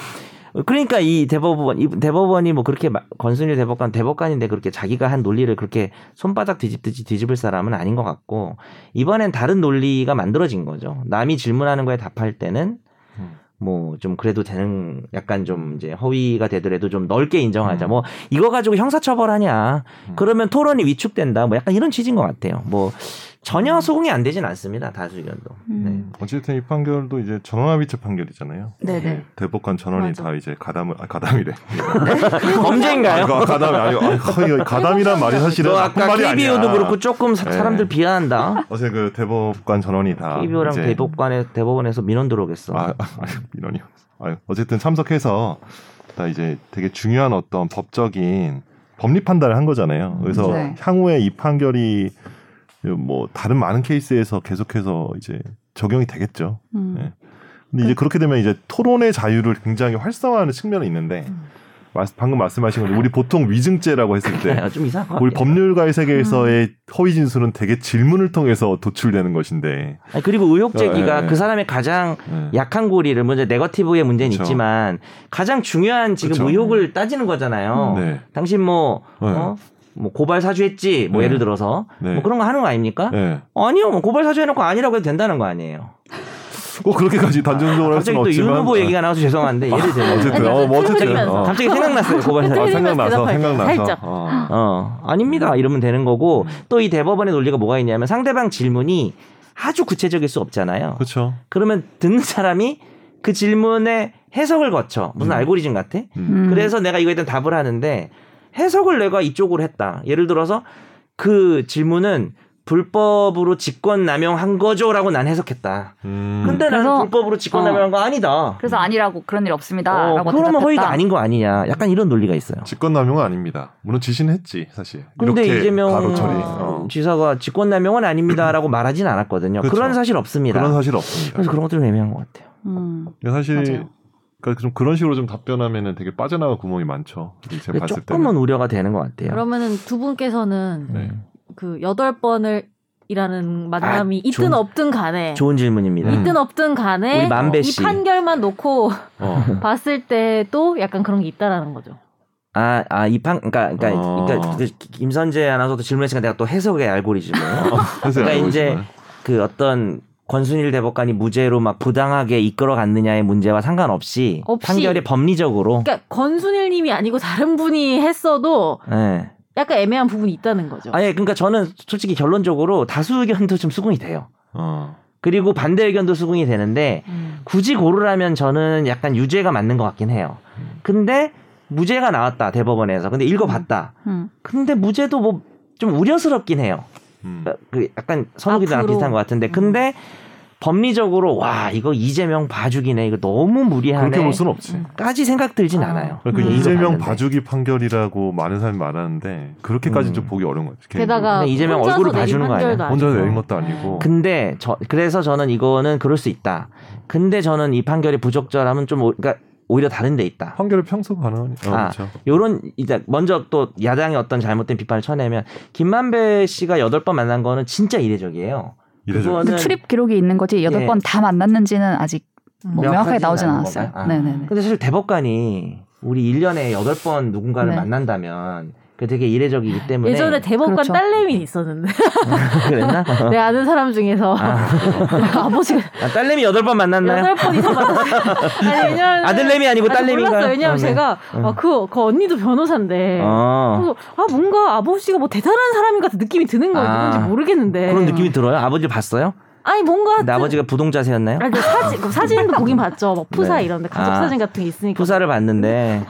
그러니까 이 대법원 이 대법원이 뭐 그렇게 마- 권순일 대법관 대법관인데 그렇게 자기가 한 논리를 그렇게 손바닥 뒤집듯이 뒤집을 사람은 아닌 것 같고 이번엔 다른 논리가 만들어진 거죠. 남이 질문하는 거에 답할 때는
음.
뭐 좀 그래도 되는 약간 좀 이제 허위가 되더라도 좀 넓게 인정하자. 뭐 이거 가지고 형사처벌하냐?
음.
그러면 토론이 위축된다. 뭐 약간 이런 취지인 것 같아요. 뭐 전혀 소공이 안 되진 않습니다. 다수 의견도. 네.
음.
어쨌든 이 판결도 이제 전원합의체 판결이잖아요.
네네.
대법관 전원이
맞아.
다 이제 가담을 아, 가담이래.
범죄인가요?
아, 가담이 아니 아, 가담이란 말이 사실은
너
나쁜
아까
말이
KBO도
아니야.
그렇고 조금 사-
네.
사람들 비하한다.
어제 그 대법관 전원이 다
KBO랑
이제-
대법관에 대법원에서 민원 들어오겠어.
아, 아 이러니. 아유, 어쨌든 참석해서 다 이제 되게 중요한 어떤 법적인 법리 판단을 한 거잖아요. 그래서
네.
향후에 이 판결이 뭐 다른 많은 케이스에서 계속해서 이제 적용이 되겠죠.
음.
네. 근데 이제 그렇게 되면 이제 토론의 자유를 굉장히 활성화하는 측면이 있는데
음.
마- 방금 말씀하신 것처럼 우리 보통 위증죄라고 했을 때
네, 좀 이상한 것
우리
같아요. 예.
음.
법률가의 세계에서의 허위 진술은 되게 질문을 통해서 도출되는 것인데
아니, 그리고 의혹 제기가
네, 네.
그 사람의 가장
네.
약한 고리를 먼저 네거티브의 문제는
그쵸.
있지만 가장 중요한 지금
그쵸.
의혹을 따지는 거잖아요.
네.
당신 뭐,
네.
어? 뭐 고발 사주했지 뭐
네.
예를 들어서
네.
뭐 그런 거 하는 거 아닙니까?
네.
아니요 뭐 고발 사주해놓고 아니라고 해도 된다는 거 아니에요.
꼭 그렇게까지 단정적으로 할
갑자기 또
수는
윤
없지만 네.
후보 얘기가 나와서 죄송한데 예를 들면
아니,
어쨌든 어, 뭐 어쨌든
틀리면서.
어.
갑자기 생각났어요 고발 사주.
아,
틀리면서
생각나서
대답할 때
생각나서
살짝.
어.
어 아닙니다 이러면 되는
음.
거고 또 이 대법원의 논리가 뭐가 있냐면 상대방 질문이 아주 구체적일 수 없잖아요.
그렇죠.
그러면 듣는 사람이 그 질문의 해석을 거쳐 무슨
음.
알고리즘 같아?
음.
그래서 내가 이거에 대한 답을 하는데 해석을 내가 이쪽으로 했다. 예를 들어서 그 질문은 불법으로 직권 남용한 거죠라고 난 해석했다.
음.
근데 나는
그래서-
불법으로 직권
어.
남용한 거 아니다.
그래서 아니라고 그런 일 없습니다라고
어, 그러면
대답했다.
허위가 아닌 거 아니냐. 약간 이런 논리가 있어요.
직권 남용은 아닙니다. 물론 지신했지 사실.
근데 음,
이렇게
이재명
바로 처리.
어.
지사가 직권 남용은 아닙니다라고 말하진 않았거든요.
음. 그쵸.
그런 사실 없습니다.
그렇죠. 그런 사실 없습니다.
그래서 그런 것들이 애매한 것 같아요.
음.
근데 사실
맞아요.
그러니까 좀 그런 식으로 좀 답변하면은 되게 빠져나갈 구멍이 많죠. 제가
근데
봤을
조금은
때는.
우려가 되는 것 같아요.
그러면은 두
음.
분께서는
네.
그 여덟 번을 이라는 만남이 있든
아, 좋은-
없든 간에
좋은 질문입니다.
음.
있든 없든
우리
네.
간에
만배
이
씨.
판결만 놓고
어.
봤을 때도 약간 그런 게 있다라는 거죠.
아, 아, 이판, 그니까, 그니까,
어.
그니까, 그 김선재 아나운서도 질문했으니까 내가 또 해석의 알고리즘을.
그래서
그러니까
알고
이제
있지만.
그 어떤 권순일 대법관이 무죄로 막 부당하게 이끌어 갔느냐의 문제와 상관없이
없이.
판결이 법리적으로.
그러니까 권순일님이 아니고 다른 분이 했어도
예.
그러니까
약간 애매한 부분이 있다는 거죠.
아예, 그니까 저는 솔직히 결론적으로 다수 의견도 좀 수긍이 돼요.
어.
그리고 반대 의견도 수긍이 되는데
음.
굳이 고르라면 저는 약간 유죄가 맞는 것 같긴 해요. 근데 무죄가 나왔다 대법원에서. 근데 읽어봤다.
음.
근데 무죄도 뭐 좀 우려스럽긴 해요.
음.
그 약간 선우기도 랑
앞으로. 음.
비슷한 것 같은데 근데 법리적으로 와 이거 이재명 봐주기네 이거 너무 무리하네
그렇게 볼 수는 없지.
까지 생각들진
아.
않아요.
그러니까
음.
이재명
봤는데.
봐주기 판결이라고 많은 사람이 말하는데 그렇게까지 는
음.
좀 보기 어려운 거죠.
게다가
근데 이재명
혼자서
얼굴을
내린
봐주는 거
판결도
혼자
아니고.
내린 것도 아니고
근데 저 그래서 저는 이거는 그럴 수 있다. 근데 저는 이 판결이 부적절하면 좀 오, 그러니까 오히려 다른 데 있다.
판결을 평소 가능하니. 어,
아.
그렇죠.
요런 이제 먼저 또 야당의 어떤 잘못된 비판을 쳐내면 김만배 씨가 여덟 번 만난 거는 진짜 이례적이에요.
이래죠.
그거는
근데 출입 기록이 있는 거지 여덟
예.
번 다 만났는지는 아직
음.
뭐
명확하지는
명확하게 나오진
않은
않았어요.
건가요? 아.
네네네.
근데 사실 대법관이 우리 1년에 여덟 번 누군가를
네.
만난다면 그게 되게 이례적이기 때문에
예전에 대법관
그렇죠.
딸내미 있었는데
그랬나?
내 아는 사람 중에서 아버지가
아, 딸내미 여덟 번 만났나요?
여덟 번 이상 만났어요. 아니 왜냐면
아들내미 아니고 딸내미인가요?
몰랐어요. 왜냐면
어, 네.
제가 아, 그, 그 언니도 변호사인데
어.
그래서 아 뭔가 아버지가 뭐 대단한 사람인 것 같은 느낌이 드는 거예요.
아.
누군지 모르겠는데
그런 느낌이 들어요? 아버지 봤어요?
네. 아니 뭔가
근데 아버지가 부동자세였나요?
아니, 그 사진 그 사진도 보긴 봤죠. 막 푸사
네.
이런데 가족
아.
사진 같은 게 있으니까
부사를 봤는데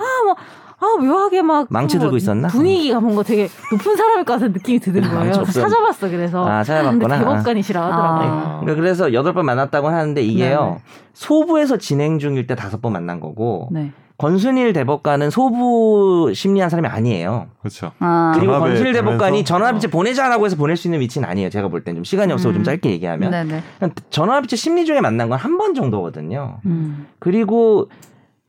아 묘하게 막
망치
좀뭐
들고 있었나?
분위기가 뭔가 되게 높은 사람일 것 같은 느낌이 드는 거예요.
망치
그래서
없었나?
찾아봤어 그래서 근데
아 찾아봤구나. 아.
대법관이시라 하더라고요.
아.
그렇죠.
그러니까 그래서 여덟 번 만났다고 하는데 이게요 소부에서 진행 중일 때 다섯 번 만난 거고
네.
권순일 대법관은 소부 심리한 사람이 아니에요.
그렇죠.
아, 어.
그리고
전화벨
권순일 대법관이
보면서-
전화합체 보내자라고 해서 보낼 수 있는 위치는 아니에요. 제가 볼 땐 좀 시간이 없어서 좀
음.
짧게 얘기하면 그러니까
네네.
전화합체 심리 중에 만난 건 한 번 정도거든요.
음.
그리고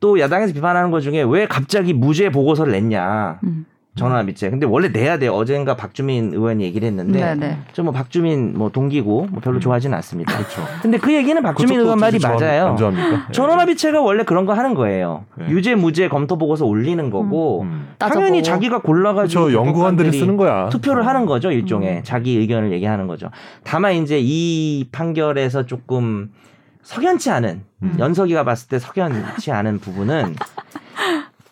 또 야당에서 비판하는 것 중에 왜 갑자기 무죄 보고서를 냈냐
음.
전화합체. 근데 원래 내야 돼. 어젠가 박주민 의원이 얘기를 했는데
네네.
저 뭐 박주민 뭐 동기고 뭐 별로
음.
좋아하진 않습니다.
그렇죠.
근데 그 얘기는 박주민 의원 말이 맞아요.
안 좋아합니까? 예.
전원합의체가 원래 그런 거 하는 거예요.
네.
유죄 무죄 검토 보고서 올리는 거고
음.
당연히
따져보고.
자기가 골라가지고
그렇죠. 연구원들이 쓰는 거야.
투표를 하는 거죠 일종의
음.
자기 의견을 얘기하는 거죠. 다만 이제 이 판결에서 조금 석연치 않은
음.
연석이가 봤을 때 석연치 않은 부분은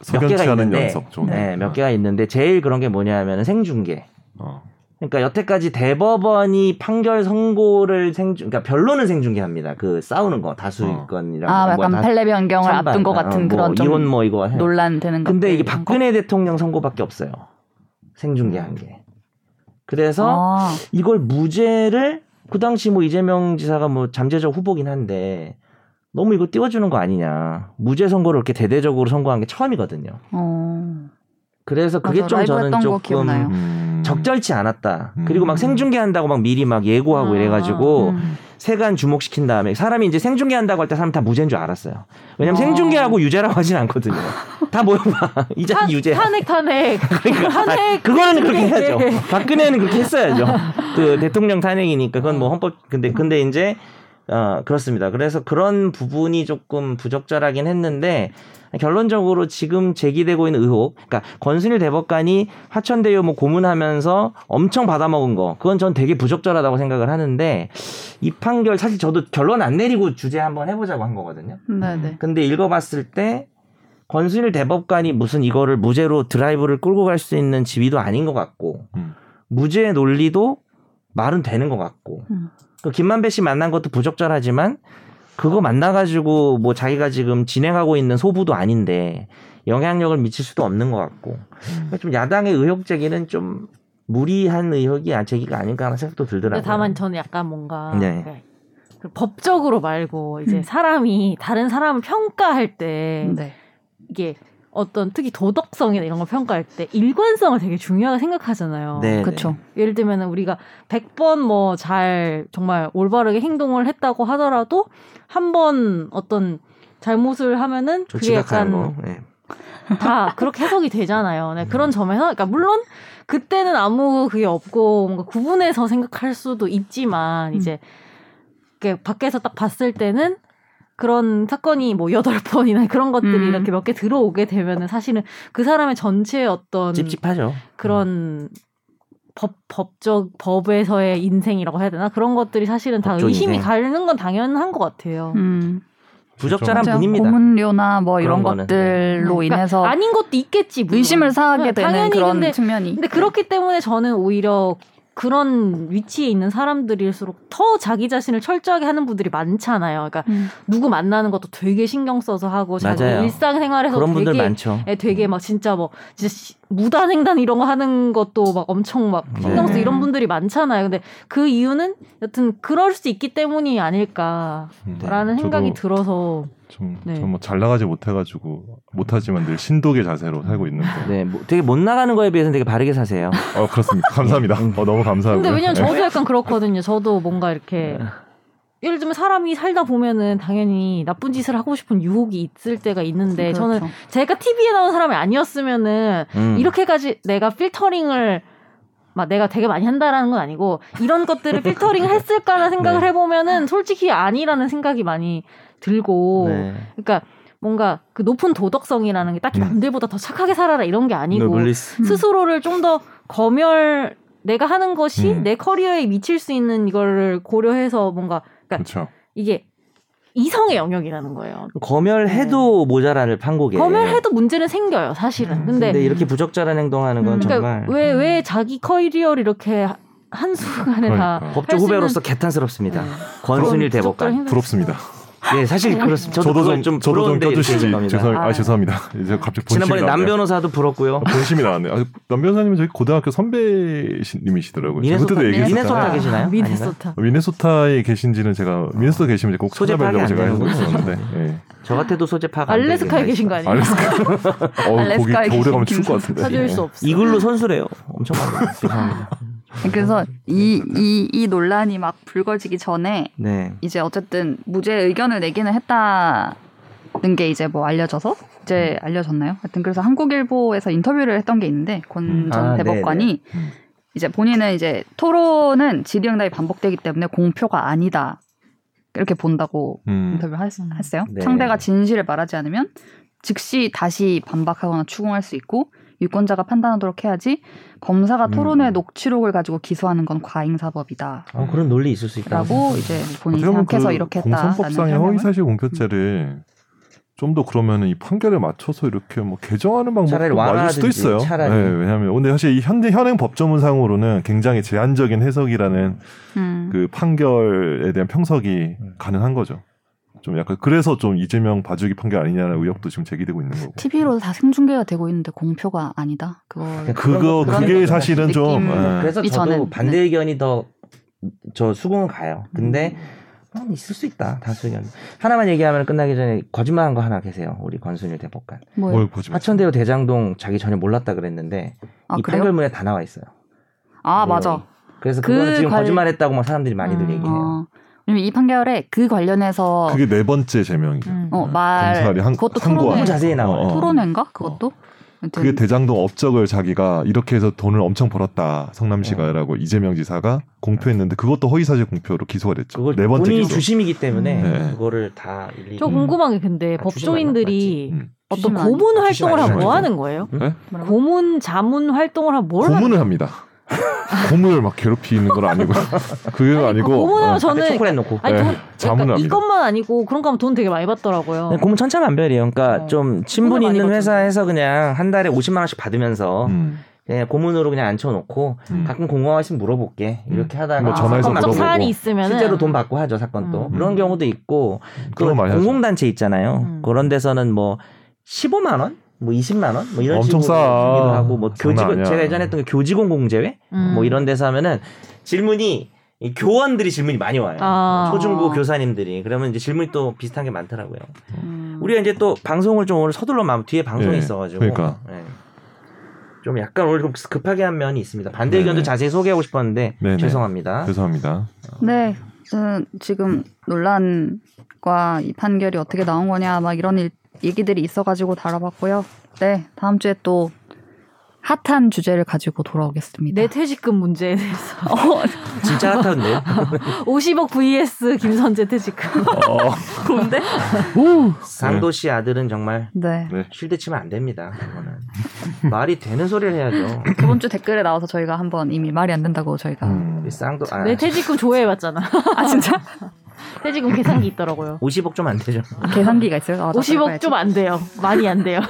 석연치
개가
않은
있는데,
연석 좋은.
네, 몇 개가 있는데 제일 그런 게 뭐냐하면 생중계.
어.
그러니까 여태까지 대법원이 판결 선고를 생중, 그러니까 변론은 생중계합니다. 그 싸우는
어.
거 다수건이랑
아, 약간 판례 변경을 앞둔 것 같은 그런 좀
이혼 어, 뭐 이거 해.
논란되는 것.
근데 이게 박근혜 대통령 선고밖에 없어요. 생중계한 게. 그래서
아,
이걸 무죄를 그 당시 뭐 이재명 지사가 뭐 잠재적 후보긴 한데 너무 이거 띄워주는 거 아니냐. 무죄 선고를 이렇게 대대적으로 선고한 게 처음이거든요.
어.
그래서 그게
맞아,
좀
라이브
저는
했던 거
조금
기억나요.
음.
적절치 않았다.
음.
그리고 막 생중계한다고 막 미리 막 예고하고
아.
이래가지고
음.
세간 주목시킨 다음에 사람이 이제 생중계한다고 할 때 사람 다 무죄인 줄 알았어요. 왜냐면
어.
생중계하고 유죄라고 하진 않거든요. 다 모여봐. 이 자식
탄-
유죄.
탄핵 탄핵
그러니까
탄핵
아니, 그거는 그렇게 해야죠.
네.
박근혜는 그렇게 했어야죠. 그 대통령 탄핵이니까 그건 뭐 헌법 근데 근데 이제 어 그렇습니다. 그래서 그런 부분이 조금 부적절하긴 했는데 결론적으로 지금 제기되고 있는 의혹, 그러니까 권순일 대법관이 화천대유 뭐 고문하면서 엄청 받아먹은 거, 그건 전 되게 부적절하다고 생각을 하는데 이 판결 사실 저도 결론 안 내리고 주제 한번 해보자고 한 거거든요.
네네.
근데 읽어봤을 때 권순일 대법관이 무슨 이거를 무죄로 드라이브를 끌고 갈 수 있는 지위도 아닌 것 같고
음.
무죄 논리도 말은 되는 것 같고
음.
그 김만배 씨 만난 것도 부적절하지만 그거 만나가지고 뭐 자기가 지금 진행하고 있는 소부도 아닌데 영향력을 미칠 수도 없는 것 같고 그러니까
음.
좀 야당의 의혹 제기는 좀 무리한 의혹이 제기가 아닌가 하는 생각도
네,
들더라고요.
근데 다만 저는 약간 뭔가
네.
그- 그 법적으로 말고 이제
음.
사람이 다른 사람을 평가할 때
음.
네.
이게 어떤 특히 도덕성이나 이런 걸 평가할 때 일관성을 되게 중요하게 생각하잖아요.
네,
그쵸.
예를 들면 우리가 100번 뭐 잘 정말 올바르게 행동을 했다고 하더라도 한 번 어떤 잘못을 하면은
좀
그게
지각하는
약간
거. 네.
다 그렇게 해석이 되잖아요. 네, 그런 점에서 그러니까 물론 그때는 아무 그게 없고 뭔가 구분해서 생각할 수도 있지만
음.
이제 이렇게 밖에서 딱 봤을 때는 그런 사건이 뭐 여덟 번이나 그런 것들이
음.
이렇게 몇 개 들어오게 되면은 사실은 그 사람의 전체의 어떤
찝찝하죠.
그런 법 법적 법에서의 인생이라고 해야 되나 그런 것들이 사실은 다
법적
의심이
인생.
가는 건 당연한 것 같아요.
음.
부적절한
진짜
분입니다.
고문료나 뭐 이런
그런 거는, 네.
것들로
그러니까
인해서
아닌 것도 있겠지. 물론.
의심을 사게
네,
되는
당연히
그런
근데
측면이.
근데 그렇기 때문에 저는 오히려 그런 위치에 있는 사람들일수록 더 자기 자신을 철저하게 하는 분들이 많잖아요. 그러니까
음.
누구 만나는 것도 되게 신경 써서 하고 자기
맞아요.
일상생활에서
그런 분들
어, 되게
많죠.
예, 되게 막 진짜 뭐 진짜 시- 무단횡단 이런 거 하는 것도 막 엄청 막 신경 쓰
네.
이런 분들이 많잖아요. 근데 그 이유는 여튼 그럴 수 있기 때문이 아닐까라는
음, 저도
생각이 들어서
좀,
네.
전뭐 잘 나가지 못해가지고 못하지만 늘 신독의 자세로 살고 있는데.
네, 뭐 되게 못 나가는 거에 비해서는 되게 바르게 사세요.
어 그렇습니다. 감사합니다.
음.
어, 너무 예, 감사합니다. 네.
근데 왜냐면 저도 약간 그렇거든요. 저도 뭔가 이렇게 예를 들면 사람이 살다 보면은 당연히 나쁜 짓을 하고 싶은 유혹이 있을 때가
네,
있는데 저는
그렇죠.
제가 TV에 나온 사람이 아니었으면은
음.
이렇게까지 내가 필터링을 막 내가 되게 많이 한다라는 건 아니고 이런 것들을 필터링을 했을까라는 생각을
네.
해보면은 솔직히 아니라는 생각이 많이 들고
네.
그러니까 뭔가 그 높은 도덕성이라는 게 딱히
음.
남들보다 더 착하게 살아라 이런 게
네,
아니고
노블리스.
음.
스스로를 좀 더 검열 내가 하는 것이
네.
음.
내 커리어에 미칠 수 있는 이거를 고려해서 뭔가
그렇죠.
이게 이성의 영역이라는 거예요.
검열해도 모자라를 판국에.
네. 검열해도 문제는 생겨요, 사실은. 근데
예. 음. 근데 이렇게 부적절한 행동하는 건
음.
정말
그러니까 왜 왜 자기 커리어를 이렇게 하- 한순간에 네, 다
그러니까.
법조
할수
후배로서
네.
개탄스럽습니다. 권순일
부럽-
대법관.
부럽더라
부럽습니다.
예,
네.
사실 그렇습니다. 저도,
저도
그걸 좀
좀 저도 좀
부러운데 이렇게
껴주시지.
된 겁니다.
죄송 아,
아.
죄송합니다. 이제 갑자기 본심이
지난번에 남
나오네요.
변호사도 부럽고요.
아, 본심이 나왔네요. 아, 남 변호사님은 저희 고등학교 선배님이시더라고요. 제가
미네소타
그때도 얘기했었잖아요. 어,
미네소타 계시나요? 아닌가요?
미네소타.
미네소타에 계신지는 제가 미네소타 계시면 이제 꼭
소재
찾아뵈려고
파악이
제가
안
해서
되는
있었는데 예.
저 같아도 소재 파악. 안
알래스카에
되겠네.
계신 거 아니에요?
알래스카 어 거기
알래스카에
겨울에 가면
계신
추울 것 같은데
찾을 수
예.
없어.
네. 이글루 선수래요. 엄청 많아요. 죄송합니다.
그래서 이 이, 이 논란이 막 불거지기 전에
네.
이제 어쨌든 무죄 의견을 내기는 했다는 게 이제 뭐 알려져서 이제 알려졌나요? 하여튼 그래서 한국일보에서 인터뷰를 했던 게 있는데 권
음.
전
아,
대법관이
네네. 음.
이제 본인은 이제 토론은 질의응답이 반복되기 때문에 공표가 아니다 이렇게 본다고
음.
인터뷰를 했, 했어요.
네.
상대가 진실을 말하지 않으면 즉시 다시 반박하거나 추궁할 수 있고 유권자가 판단하도록 해야지 검사가
음.
토론회 녹취록을 가지고 기소하는 건 과잉사법이다.
아,
어, 그런 논리 있을 수 있다고.
라고 이제 본인이
음. 어떻게 보면
생각해서
그
이렇게 했다라는
공선법상의
설명을 음.
허위사실 공표죄를 좀 더 그러면 이 판결에 맞춰서 이렇게 뭐 개정하는
차라리
방법도 맞을 수도
완화하든지,
있어요.
차라리.
네, 왜냐하면 근데 사실 이 현대 현행 법조문상으로는 굉장히 제한적인 해석이라는
음.
그 판결에
네.
대한 평석이 가능한 거죠. 좀 약간 그래서 좀 이재명 봐주기 판결 아니냐는 의혹도 지금 제기되고 있는 거고.
TV로 다 생중계가 되고 있는데 공표가 아니다. 그거
그러니까 그거
그런
그게
거죠.
사실은 좀
느낌.
예.
음, 그래서
이
저도
저는,
반대
네.
의견이 더 저 수긍은 가요.
음.
근데 아, 있을 수 있다. 다수 의견. 하나만 얘기하면 끝나기 전에 거짓말한 거 하나 계세요. 우리 권순일 대법관.
뭐
뭘 보지
하천대로 대장동 자기 전혀 몰랐다 그랬는데
아,
이
그래요?
판결문에 다 나와 있어요.
아
내용이.
맞아.
그래서
그
그거는 지금
관-
거짓말했다고 막 사람들이 많이들
음.
얘기해요.
어. 왜냐면 이 판결에 그 관련해서
뭐, 예. 그게 네 번째 제명이죠.
음.
어, 말
검찰이 한-
그것도
한 거야.
토론회
너무 자세히 나와요.
어.
토론회인가 그것도 아무튼
네.
그게 대장동 업적을 자기가 이렇게 해서 돈을 엄청
어.
벌었다 성남시가라고 이재명 지사가 공표했는데 그것도 허위사실 공표로 기소가 됐죠.
그걸
네 번째
본인이
기소.
주심이기 때문에
네.
그거를 다 일일이
저 궁금한 게 근데
음. 아,
법조인들이
음.
어떤
주시면 안-
고문 활동을
주시면 안
하면 뭐
돼요. 네.
하는 거예요? 아,
뭐라고?
고문 자문 활동을 하면 뭘 하는
네? 고문을 합니다. 고문을 막 괴롭히는 건 아니고 그게
아니,
아니고
고문하면
어.
앞에
저는
초콜릿 놓고
아니
네,
돈,
자문을
그러니까
합니다.
이것만 아니고 그런 거 하면 돈 되게 많이 받더라고요.
네, 고문 천차만별이에요. 그러니까
어.
좀 친분
돈을 많이
있는
받죠.
회사에서 그냥 한 달에 50만 원씩 받으면서
음,
그냥 예, 고문으로 그냥 앉혀놓고
음.
가끔 궁금하시면 물어볼게 이렇게 하다가
뭐
아,
전화해서
법적
사건 맞고
물어보고.
사안이 있으면
실제로 돈 받고 하죠 사건 또
음.
그런 경우도 있고 그
그런 많이 하죠.
공공단체 있잖아요.
음.
그런 데서는 뭐 15만 원, 뭐 20만 원, 뭐 이런
엄청
식으로
싸.
주기도 하고 뭐
장난
교직원
아니야.
제가 예전에 했던 게 교직원 공제회
음.
뭐 이런 데서 하면은 질문이 이 교원들이 질문이 많이 와요.
아.
초중고 교사님들이 그러면 이제 질문이 또 비슷한 게 많더라고요.
음.
우리가 이제 또 방송을 좀 오늘 서둘러 마면 뒤에 방송이
예,
있어가지고
그러니까.
예. 좀 약간 오늘 좀 급하게 한 면이 있습니다. 반대
네네.
의견도 자세히 소개하고 싶었는데
네네.
죄송합니다.
죄송합니다.
네, 저는 지금 논란과 이 판결이 어떻게 나온 거냐 막 이런 일- 얘기들이 있어가지고 다뤄봤고요. 네, 다음 주에 또 핫한 주제를 가지고 돌아오겠습니다.
내 퇴직금 문제에 대해서
어. 진짜 핫한데요.
네.
50억 vs 김선재 퇴직금
어,
근데?
상도 씨 아들은 정말
네,
네.
쉴드 치면 안 됩니다. 그거는 말이 되는 소리를 해야죠.
저번 주 댓글에 나와서 저희가 한번 이미 말이 안 된다고 저희가
음.
네,
이 쌍도 아,
내 퇴직금 조회해봤잖아.
아 진짜?
퇴직금 계산기 있더라고요.
50억 좀 안 되죠.
계산기가 있어요. 아, 나
50억
써봐야지.
좀 안 돼요. 많이 안 돼요.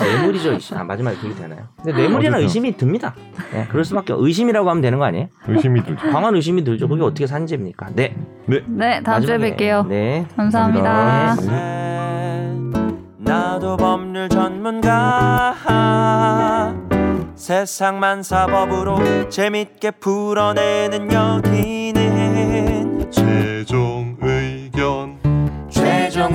뇌물이죠. 이씨. 아, 마지막에 그게 되나요? 근데 뇌물이나
어디서?
의심이 듭니다. 예, 그럴 수밖에 없- 의심이라고 하면 되는 거 아니에요?
의심이 들죠.
강한 의심이 들죠. 그게 어떻게 산재입니까? 네.
네, 다음 주에
마지막에.
뵐게요.
네.
감사합니다.
네. 나도 법률 전문가 세상만 사법으로 재밌게 풀어내는 여기는
최종 의견
최종